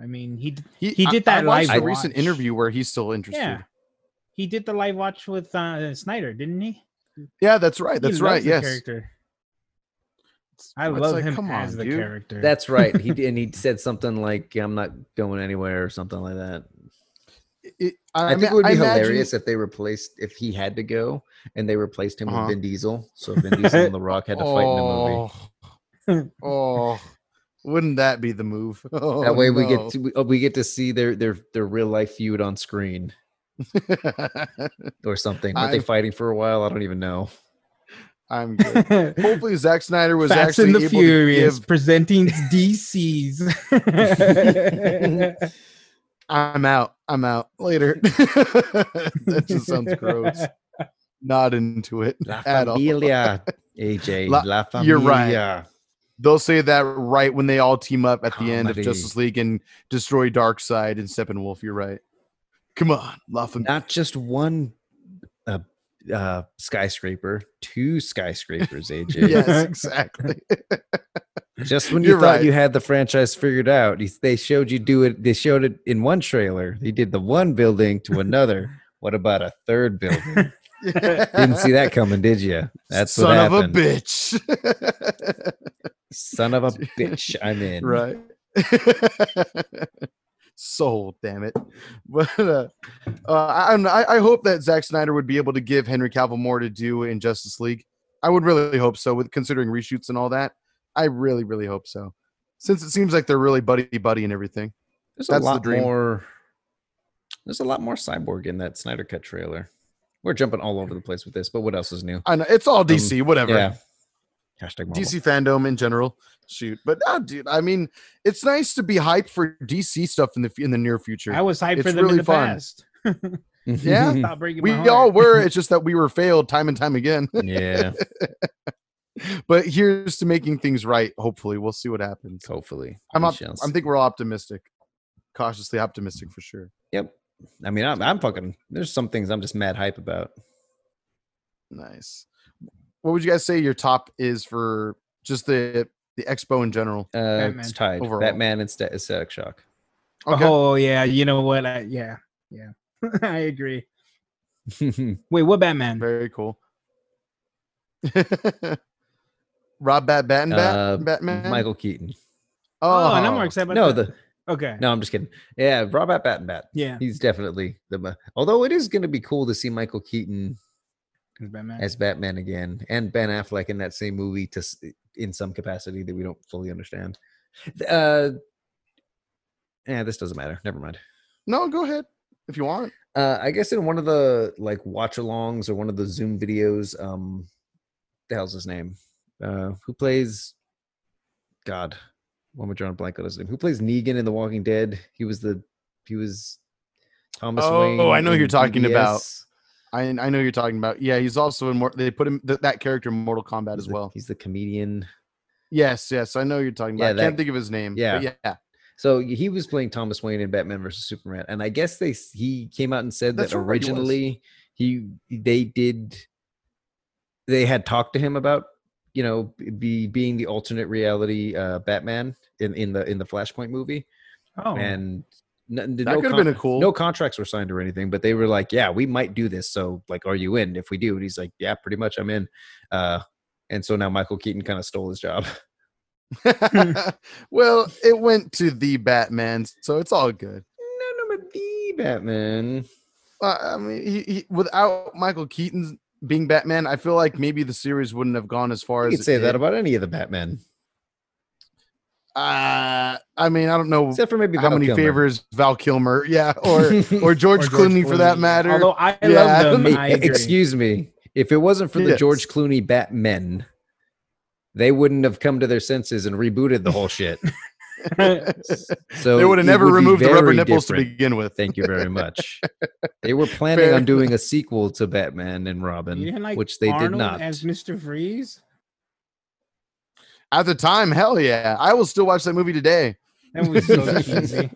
S4: I mean, he d- He did
S1: I- I
S4: that
S1: watched
S4: live
S1: a recent
S4: watch.
S1: interview where he's still interested.
S4: yeah.
S1: Yeah,
S4: He did the live watch with uh, Snyder, didn't he?
S1: that's right.
S4: He
S1: That's
S4: loves
S1: right.
S4: the
S1: Yes.
S4: Character. I
S1: It's
S4: love
S1: like,
S4: him
S1: come
S4: as
S1: on,
S4: the
S1: dude.
S4: character.
S3: That's right. He did- and he said something like, "I'm not going anywhere" or something like that.
S1: It-
S3: I,
S1: mean,
S3: think it would be
S1: I imagine-
S3: hilarious if they replaced if he had to go and they replaced him
S1: Uh-huh.
S3: with Vin Diesel. So Vin Diesel and The Rock had to fight in the movie.
S1: movie. Oh, wouldn't that be the move? Oh,
S3: That way we
S1: no.
S3: get to, we- uh, we get to see their their their real life feud on screen or something. Were they
S1: I've-
S3: fighting for a while? I don't even know.
S1: I'm good. Hopefully, Zack Snyder was
S4: Fast
S1: actually
S4: and the
S1: able
S4: Furious
S1: to give.
S4: presenting DC's.
S1: I'm out. I'm out later. that just sounds gross. Not into it
S3: La
S1: at all.
S3: familia, AJ.
S1: La-
S3: La,
S1: you're right.
S3: familia.
S1: They'll say that right when they all team up at the end of
S3: Comedy.
S1: Justice League and destroy Darkseid and Steppenwolf. You're right. Come on, laughing.
S3: Not just one uh, uh, skyscraper, two skyscrapers, AJ.
S1: yes, exactly.
S3: Just when you
S1: You're
S3: thought
S1: right.
S3: you had the franchise figured out, you- they showed you do it. They showed it in one trailer. They did the one building to another. what about a third building? Didn't see that coming, did you? That's
S1: son
S3: what
S1: of a
S3: happened.
S1: bitch.
S3: Son of a bitch. I'm in.
S1: right. Sold, damn it. But uh, uh, I, I'm- I, I hope that Zack Snyder would be able to give Henry Cavill more to do in Justice League. I would really hope so, with considering reshoots and all that. I really, really hope so. Since it seems like they're really buddy buddy and everything.
S3: There's
S1: That's
S3: a
S1: the
S3: lot
S1: dream.
S3: more. There's a lot more cyborg in that Snyder Cut trailer. We're jumping all over the place with this, but what else is new?
S1: I know it's
S4: Um,
S1: all DC, whatever.
S3: Yeah. Hashtag Marvel.
S1: DC fandom in general. Shoot, but no, dude. I mean, it's nice to be hyped for DC stuff in the f- in the near future.
S4: I was hyped for
S1: It's
S4: them
S1: really
S4: in the
S1: fun.
S4: past.
S1: Yeah.
S4: Stop breaking
S1: we
S4: my heart.
S1: all were. It's just that we were failed time and time again.
S3: yeah.
S1: but here's to making things right. Hopefully, we'll see what happens.
S3: Hopefully.
S1: I'm
S3: We
S1: up.
S3: shall
S1: I
S3: see.
S1: think we're all optimistic, cautiously optimistic for sure.
S3: Yep. I mean, I'm, I'm fucking. There's some things I'm just mad hype about.
S1: Nice. What would you guys say your top is for just the the expo in general?
S3: Uh,
S4: Batman.
S3: It's tied.
S1: Overall.
S3: Batman and Sta- Static Shock.
S1: Okay.
S4: Oh yeah, you know what? I, yeah, yeah, I agree. Wait, what Batman?
S1: Very cool. Rob Bat Batman
S3: Uh,
S1: Bat, Batman
S3: Michael Keaton.
S4: oh, and I'm more excited about
S3: No,
S4: that.
S3: the
S4: okay,
S3: no. I'm just kidding. Yeah, Robot Bat and Bat.
S4: yeah,
S3: He's definitely the. ma- Although it is going to be cool to see Michael Keaton
S4: 'cause Batman.
S3: as Batman again, and Ben Affleck in that same movie to s- in some capacity that we don't fully understand. Th- Uh, yeah, this doesn't matter. Never mind.
S1: No, go ahead if you want.
S3: Uh, I guess in one of the like watch-alongs or one of the Zoom videos, um, the hell's his name? Uh, who plays? God, why am I drawing a blank on his name? Who plays Negan in The Walking Dead? He was the he was Thomas.
S1: Oh,
S3: Wayne
S1: I know who you're
S3: in
S1: talking about.
S3: BBS.
S1: I I know you're talking about. Yeah, he's also in. Mor- they put him th- that character in Mortal Kombat
S3: He's
S1: as
S3: the-
S1: well.
S3: He's the comedian.
S1: Yes, yes, I know you're talking about.
S3: Yeah,
S1: I can't
S3: that-
S1: think of his name. but
S3: yeah.
S1: yeah.
S3: So he was playing Thomas Wayne in Batman versus Superman, and I guess they s- he came out and said
S1: That's
S3: that
S1: right, he was.
S3: originally he they did they had talked to him about you know be being the alternate reality uh, Batman in in the in the Flashpoint movie,
S4: Oh,
S3: and n-
S1: That
S3: no,
S1: could have
S3: con-
S1: been a cool.
S3: no contracts were signed or anything, but they were like, "Yeah, we might do this. So, like, are you in? If we do," and he's like, "Yeah, pretty much, I'm in." Uh, and so now Michael Keaton kind of stole his job. Hmm.
S1: well, it went to the Batman, so it's all good.
S3: No, no, but the Batman.
S1: Uh, I mean, he, he, without Michael Keaton's being Batman, I feel like maybe the series wouldn't have gone as far
S3: You
S1: as
S3: could say
S1: it
S3: that
S1: did.
S3: about any of the Batman,
S1: Uh, I mean, I don't know
S3: except for maybe
S1: how
S3: Val
S1: many
S3: Kilmer.
S1: favors Val Kilmer, yeah, or or George,
S4: Or
S1: Clooney for that
S4: Clooney.
S1: matter.
S4: Although I
S1: Yeah.
S4: love them,
S3: Hey,
S4: I agree.
S3: excuse me. If it wasn't for the
S1: Yes.
S3: George Clooney Batmen, they wouldn't have come to their senses and rebooted the whole shit. So
S1: they would have
S3: it
S1: never
S3: be
S1: removed the rubber
S3: very
S1: nipples to
S3: different.
S1: begin with.
S3: Thank you very much. they were planning
S1: Fair
S3: on doing a sequel to Batman and Robin,
S4: You didn't like
S3: which they
S4: Arnold
S3: did not.
S4: as Mr. Freeze.
S1: At the time, hell yeah, I will still watch that movie today.
S4: That was so cheesy.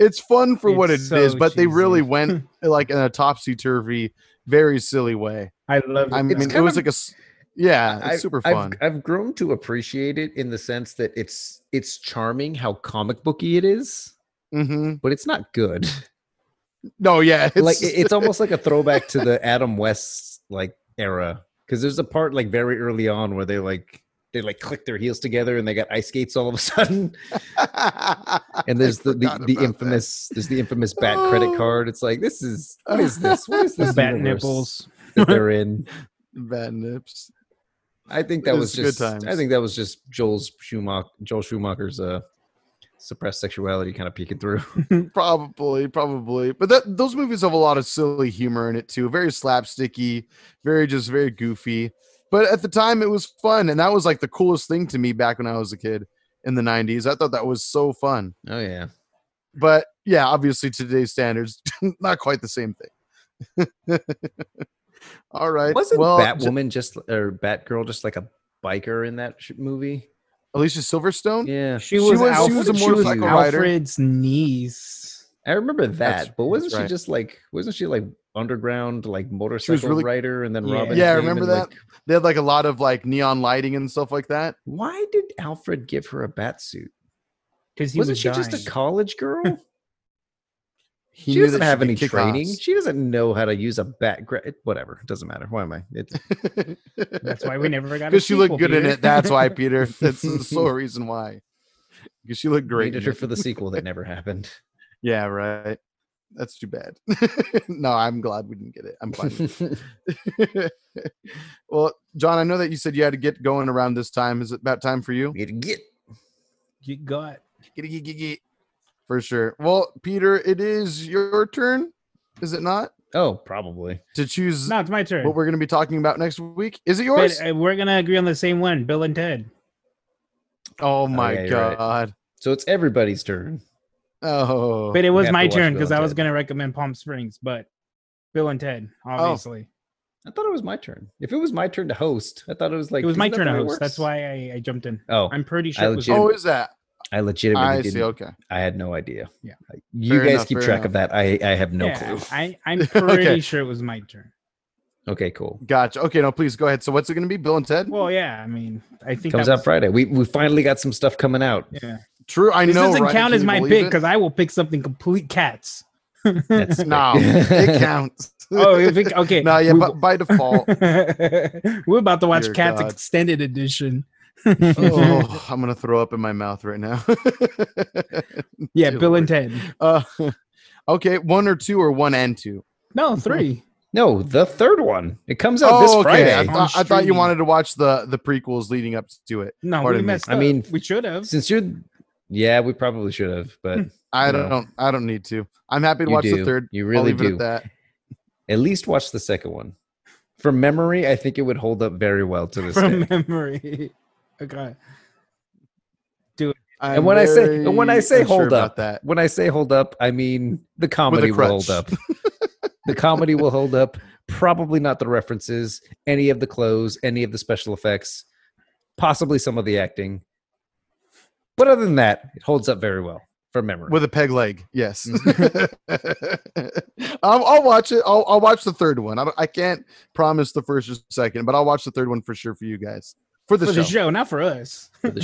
S1: It's fun for what it is,
S4: It's so
S1: but they really
S4: cheesy.
S1: went like in a topsy turvy, very silly way.
S4: I love.
S1: I mean, it
S3: kind
S1: was
S3: of-
S1: like a s- yeah,
S3: I-
S1: it's super
S3: I've-
S1: fun.
S3: I've, grown to appreciate it in the sense that it's it's charming how comic booky it is,
S1: hmm
S3: but it's not good.
S1: No, yeah, it's,
S3: like it- it's almost like a throwback to the Adam West like era because there's a part like very early on where they like they like click their heels together and they got ice skates all of a sudden and there's the
S1: forgot
S3: the, the
S1: about that. Oh.
S3: infamous there's the infamous bat credit card it's like this is what is this what is
S4: the
S3: this
S4: bat
S3: universe
S4: nipples.
S3: that they're in
S1: bad nips.
S3: i think that
S1: It was
S3: was
S1: good
S3: just i
S1: times.
S3: think that was just joel's schumacher joel schumacher's uh suppressed sexuality kind of peeking through
S1: Probably, probably, but that those movies have a lot of silly humor in it too. Very slapsticky, very just very goofy. But at the time, it was fun, and that was like the coolest thing to me back when I was a kid in the '90s. I thought that was so fun.
S3: oh yeah
S1: But yeah, obviously today's standards, not quite the same thing. All right.
S3: wasn't
S1: well, J-
S3: batwoman just or batgirl just like a biker in that sh- movie
S1: Alicia Silverstone?
S3: yeah
S4: She was,
S1: was-
S4: Alfred,
S1: she was a
S4: she was
S1: motorcycle rider.
S4: Alfred's niece.
S3: I remember that,
S1: That's-
S3: but wasn't
S1: that's
S3: she
S1: right.
S3: just like wasn't she like underground like motorcycle
S1: really-
S3: rider and then
S4: Yeah.
S3: Robin?
S1: Yeah, I
S3: came
S1: remember
S3: and,
S1: that.
S3: like,
S1: They had like a lot of like neon lighting and stuff like that.
S3: why did Alfred give her a bat suit?
S4: Because he
S3: wasn't
S4: was
S3: she just a
S4: dying.
S3: college girl?
S1: He
S3: she
S1: knew
S3: doesn't
S1: that
S3: have
S1: could
S3: any
S1: kick
S3: training.
S1: ass.
S3: She doesn't know how to use a bat. Gra- it- whatever, it doesn't matter. Why am I? It's,
S4: That's why we never got. a
S1: Because she looked
S4: sequel,
S1: good in
S4: Peter.
S1: it. That's why, Peter. That's the sole reason why. Because she looked
S3: great
S1: great. in
S3: her
S1: it.
S3: for the sequel that never happened.
S1: Yeah, right. That's too bad. no, I'm glad we didn't get it. I'm fine. well, John, I know that you said you had to get going around this time. Is it about time for you?
S3: You'd get
S4: you got.
S1: Giddy, giddy, giddy. For sure. Well, Peter, it is your turn, is it not?
S3: oh probably
S1: To choose
S4: No, it's my turn.
S1: what we're going to be talking about next week. Is it
S4: But,
S1: yours?
S4: uh, we're gonna agree on the same one, Bill and Ted.
S1: oh my
S3: yeah, you're right.
S1: god.
S3: so. It's everybody's turn.
S1: Oh.
S4: But it was
S3: have
S4: my
S3: to watch
S4: turn
S3: Bill
S4: because
S3: and
S4: I was
S3: Ted.
S4: gonna recommend Palm Springs, but Bill and Ted,
S1: Oh.
S4: obviously,
S3: I thought it was my turn. If it was my turn to host, I thought it was like
S4: it was my
S3: isn't that
S4: turn
S3: the
S4: to
S3: way it
S4: host. That's
S3: works?
S4: why I, I jumped in.
S3: Oh,
S4: I'm pretty
S3: I
S4: sure it was.
S3: legit-
S1: Oh, is that?
S3: I legitimately
S1: I
S3: didn't.
S1: see. Okay.
S3: I had no idea.
S4: Yeah.
S3: Like, you
S1: Fair
S3: guys
S1: enough,
S3: keep
S1: fair
S3: track of that. I I have no
S4: Yeah,
S3: clue.
S4: I, I'm
S1: Okay.
S4: pretty sure it was my turn.
S3: Okay, cool.
S1: Gotcha. Okay, no, please go ahead. So what's it going to be? Bill and Ted?
S4: Well, yeah, I mean, I think
S3: Comes
S4: that
S3: out
S4: was-
S3: Friday. We we finally got some stuff coming out.
S4: Yeah,
S1: True. I
S4: this
S1: know.
S4: doesn't
S1: right?
S4: count
S1: Can
S4: as
S1: you
S4: my
S1: believe
S4: pick
S1: it?
S4: because I will pick something complete cats.
S3: That's
S1: No, it
S3: great.
S1: counts.
S4: oh, you think- okay.
S1: no, yeah,
S4: we-
S1: but by default.
S4: We're about to watch
S1: Dear
S4: Cats
S1: God.
S4: Extended Edition.
S1: oh, I'm gonna throw up in my mouth right now.
S4: yeah,
S1: dear
S4: Bill and Ted.
S1: uh, okay, one or two, or one and two.
S4: No, three.
S3: no, the third one. It comes out this
S1: Oh, I,
S3: Friday.
S4: On
S1: thought- I thought you
S4: streaming.
S1: wanted to watch the the prequels leading up to it.
S4: No,
S1: Pardon
S4: we
S1: me.
S4: messed
S3: I
S4: up.
S3: mean-
S4: we should have.
S3: Since you're, yeah, we probably should have, but
S1: I
S3: No.
S1: don't. I don't need to. I'm happy to
S3: you
S1: watch
S3: do.
S1: the third.
S3: You
S1: I'll
S3: really
S1: leave it
S3: do.
S1: at that.
S3: At least watch the second one. From memory, I think it would hold up very well to this
S4: from
S3: day.
S4: memory. Okay.
S1: I'm
S3: when I say-
S1: very
S3: and when I say
S1: unsure
S3: hold
S1: about
S3: up,
S1: that,
S3: When I say hold up, I mean the comedy will hold up.
S1: crutch.
S3: the comedy will hold up. Probably not the references, any of the clothes, any of the special effects, possibly some of the acting. But other than that, it holds up very well from memory.
S1: with a peg leg, yes. I'll, I'll watch it. I'll, I'll watch the third one. I, don't- I can't promise the first or second, but I'll watch the third one for sure for you guys. for the
S4: for
S1: show.
S4: the show, not for us.
S3: for the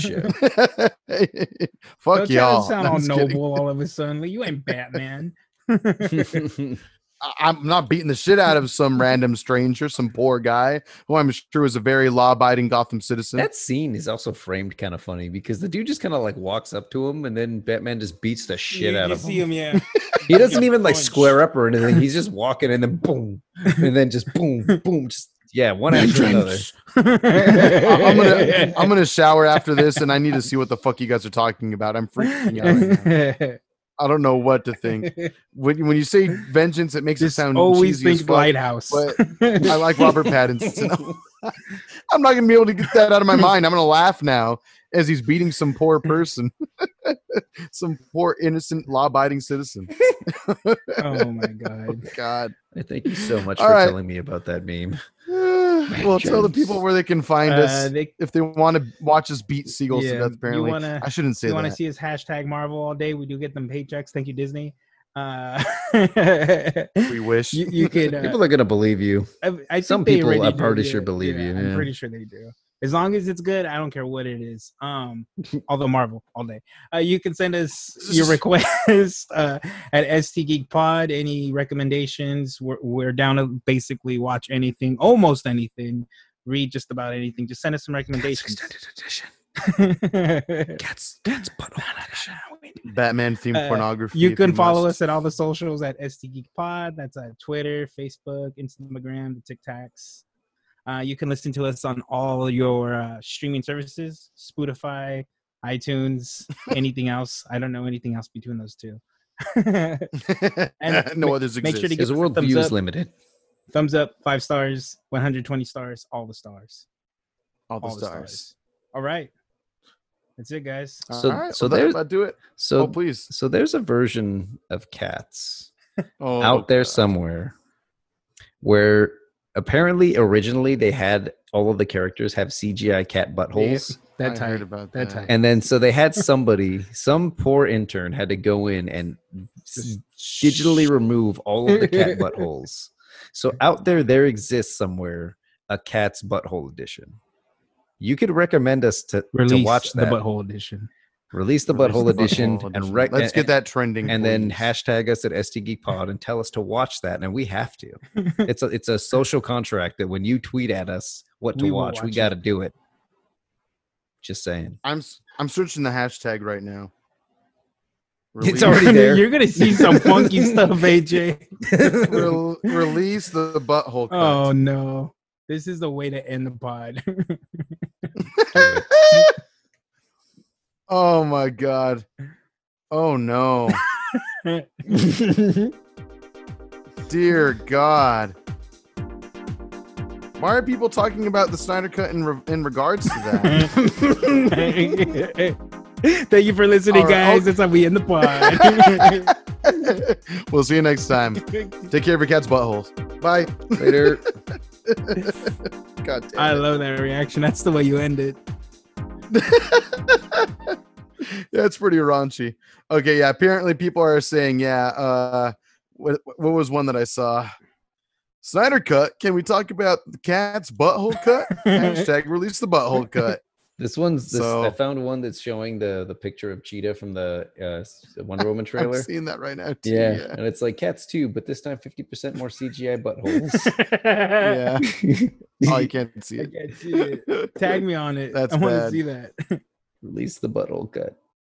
S3: show.
S1: Fuck
S4: Don't try
S1: y'all.
S4: to sound
S1: No, I'm
S4: all
S1: just kidding.
S4: noble all of a sudden. Like, you ain't Batman.
S1: I- I'm not beating the shit out of some random stranger, some poor guy who I'm sure is a very law-abiding Gotham citizen.
S3: that scene is also framed kind of funny because the dude just kind of like walks up to him and then Batman just beats the shit
S4: you,
S3: out
S4: you
S3: of him.
S4: see him, yeah.
S3: He doesn't
S4: get
S3: even like
S4: punched.
S3: square up or anything. He's just walking and then boom, and then just boom, boom, just yeah, one after another.
S1: I- I'm gonna I'm gonna shower after this, and I need to see what the fuck you guys are talking about. I'm freaking out. Right now. I don't know what to think. When when you say vengeance, it makes
S4: Just
S1: it sound
S4: always
S1: cheesy as
S4: think
S1: fuck,
S4: Lighthouse.
S1: But I like Robert Pattinson. I'm not gonna be able to get that out of my mind. I'm gonna laugh now as he's beating some poor person, some poor innocent law-abiding citizen.
S4: oh my
S1: Oh,
S4: god.
S1: God.
S3: I thank you so much
S1: All
S3: for
S1: right.
S3: telling me about that meme.
S1: well, tell the people where they can find
S4: Uh,
S1: us
S4: they,
S1: if they want to watch us beat seagulls
S4: Yeah,
S1: to death.
S4: you
S1: Apparently,
S4: wanna-
S1: I shouldn't say
S4: you want to
S1: that.
S4: see us hashtag Marvel all day? We do get them paychecks. Thank you, Disney. Uh,
S1: we wish.
S4: you, you could. Uh,
S3: People are gonna believe you.
S4: I, I
S3: Some
S4: think they
S3: people,
S4: already
S3: I'm pretty
S4: do
S3: sure,
S4: it.
S3: believe you,
S4: I'm
S3: yeah.
S4: pretty sure they do. As long as it's good, I don't care what it is. Um, although Marvel all day. Uh, you can send us your requests uh, at ST Geek Pod. Any recommendations? We're, we're down to basically watch anything, almost anything. Read just about anything. Just send us some recommendations.
S3: edition. Cats, cats,
S1: Batman themed
S4: Uh,
S1: pornography.
S4: you
S1: if
S4: can follow
S1: must.
S4: us at all the socials at ST Geek Pod. That's on Twitter, Facebook, Instagram, the TikToks. Uh, you can listen to us on all your uh, streaming services Spotify, iTunes, anything else. I don't know anything else between those two. and
S1: no
S4: ma-
S1: others exist.
S4: make sure to
S3: Because
S4: give
S3: the
S4: us a
S3: world
S4: thumbs
S3: view is
S4: up.
S3: limited.
S4: Thumbs up, five stars, 120 stars, all the stars.
S1: all the
S4: all the
S1: stars.
S4: stars. All right. That's it, guys.
S3: So-
S1: All right,
S3: so
S1: well, that'll
S3: there's-
S1: about do it.
S3: So,
S1: oh please,
S3: so there's a version of cats
S1: oh,
S3: out there
S1: God.
S3: somewhere where apparently originally they had all of the characters have CGI cat
S1: I
S3: buttholes.
S4: That
S1: heard
S4: time.
S1: about
S4: that
S1: that.
S4: time.
S3: And then so they had somebody, some poor intern had to go in and s- digitally remove all of the cat buttholes. So out there, there exists somewhere a cat's butthole edition. You could recommend us to, to
S4: Release
S3: watch that.
S4: the butthole edition.
S3: Release the
S1: Release
S3: butthole
S1: the
S3: edition
S1: butthole
S3: and
S1: edition.
S3: rec-
S1: let's get that trending.
S3: and then
S1: please.
S3: hashtag us at STGeekPod and tell us to watch that, and we have to. It's a it's a social contract that when you tweet at us what to
S4: We will
S3: watch, we
S4: watch
S3: got to do it. Just saying.
S1: I'm s- I'm searching the hashtag right now.
S3: It's already there.
S4: You're gonna see some funky stuff, AJ.
S1: Rel- release the butthole. Cut.
S4: Oh no. This is the way to end the pod.
S1: oh my god. Oh no. Dear God. Why are people talking about the Snyder Cut in, re- in regards to that?
S4: Thank you for listening,
S1: All right,
S4: guys.
S1: okay.
S3: oh.
S4: That's how we end the pod.
S1: we'll see you next time. Take care of your cat's buttholes. Bye.
S3: Later.
S1: God damn.
S4: I
S1: it.
S4: love that reaction. That's the way you end it.
S1: yeah, it's pretty raunchy. Okay, yeah. Apparently, people are saying, yeah. Uh, what what was one that I saw? Snyder cut. Can we talk about the cat's butthole cut? Hashtag release the butthole cut.
S3: This one's this, I
S1: So-
S3: found one that's showing the the picture of Cheetah from the uh, s- Wonder Woman
S1: I'm
S3: trailer.
S1: seeing that right now. Too.
S3: Yeah.
S1: yeah.
S3: and it's like cats too, but this time fifty percent more CGI buttholes.
S1: Yeah. Oh, you can't see
S4: I
S1: it.
S4: can't see it. Tag me on it.
S1: That's
S4: I want
S1: bad.
S4: to see that.
S3: Release the butthole cut.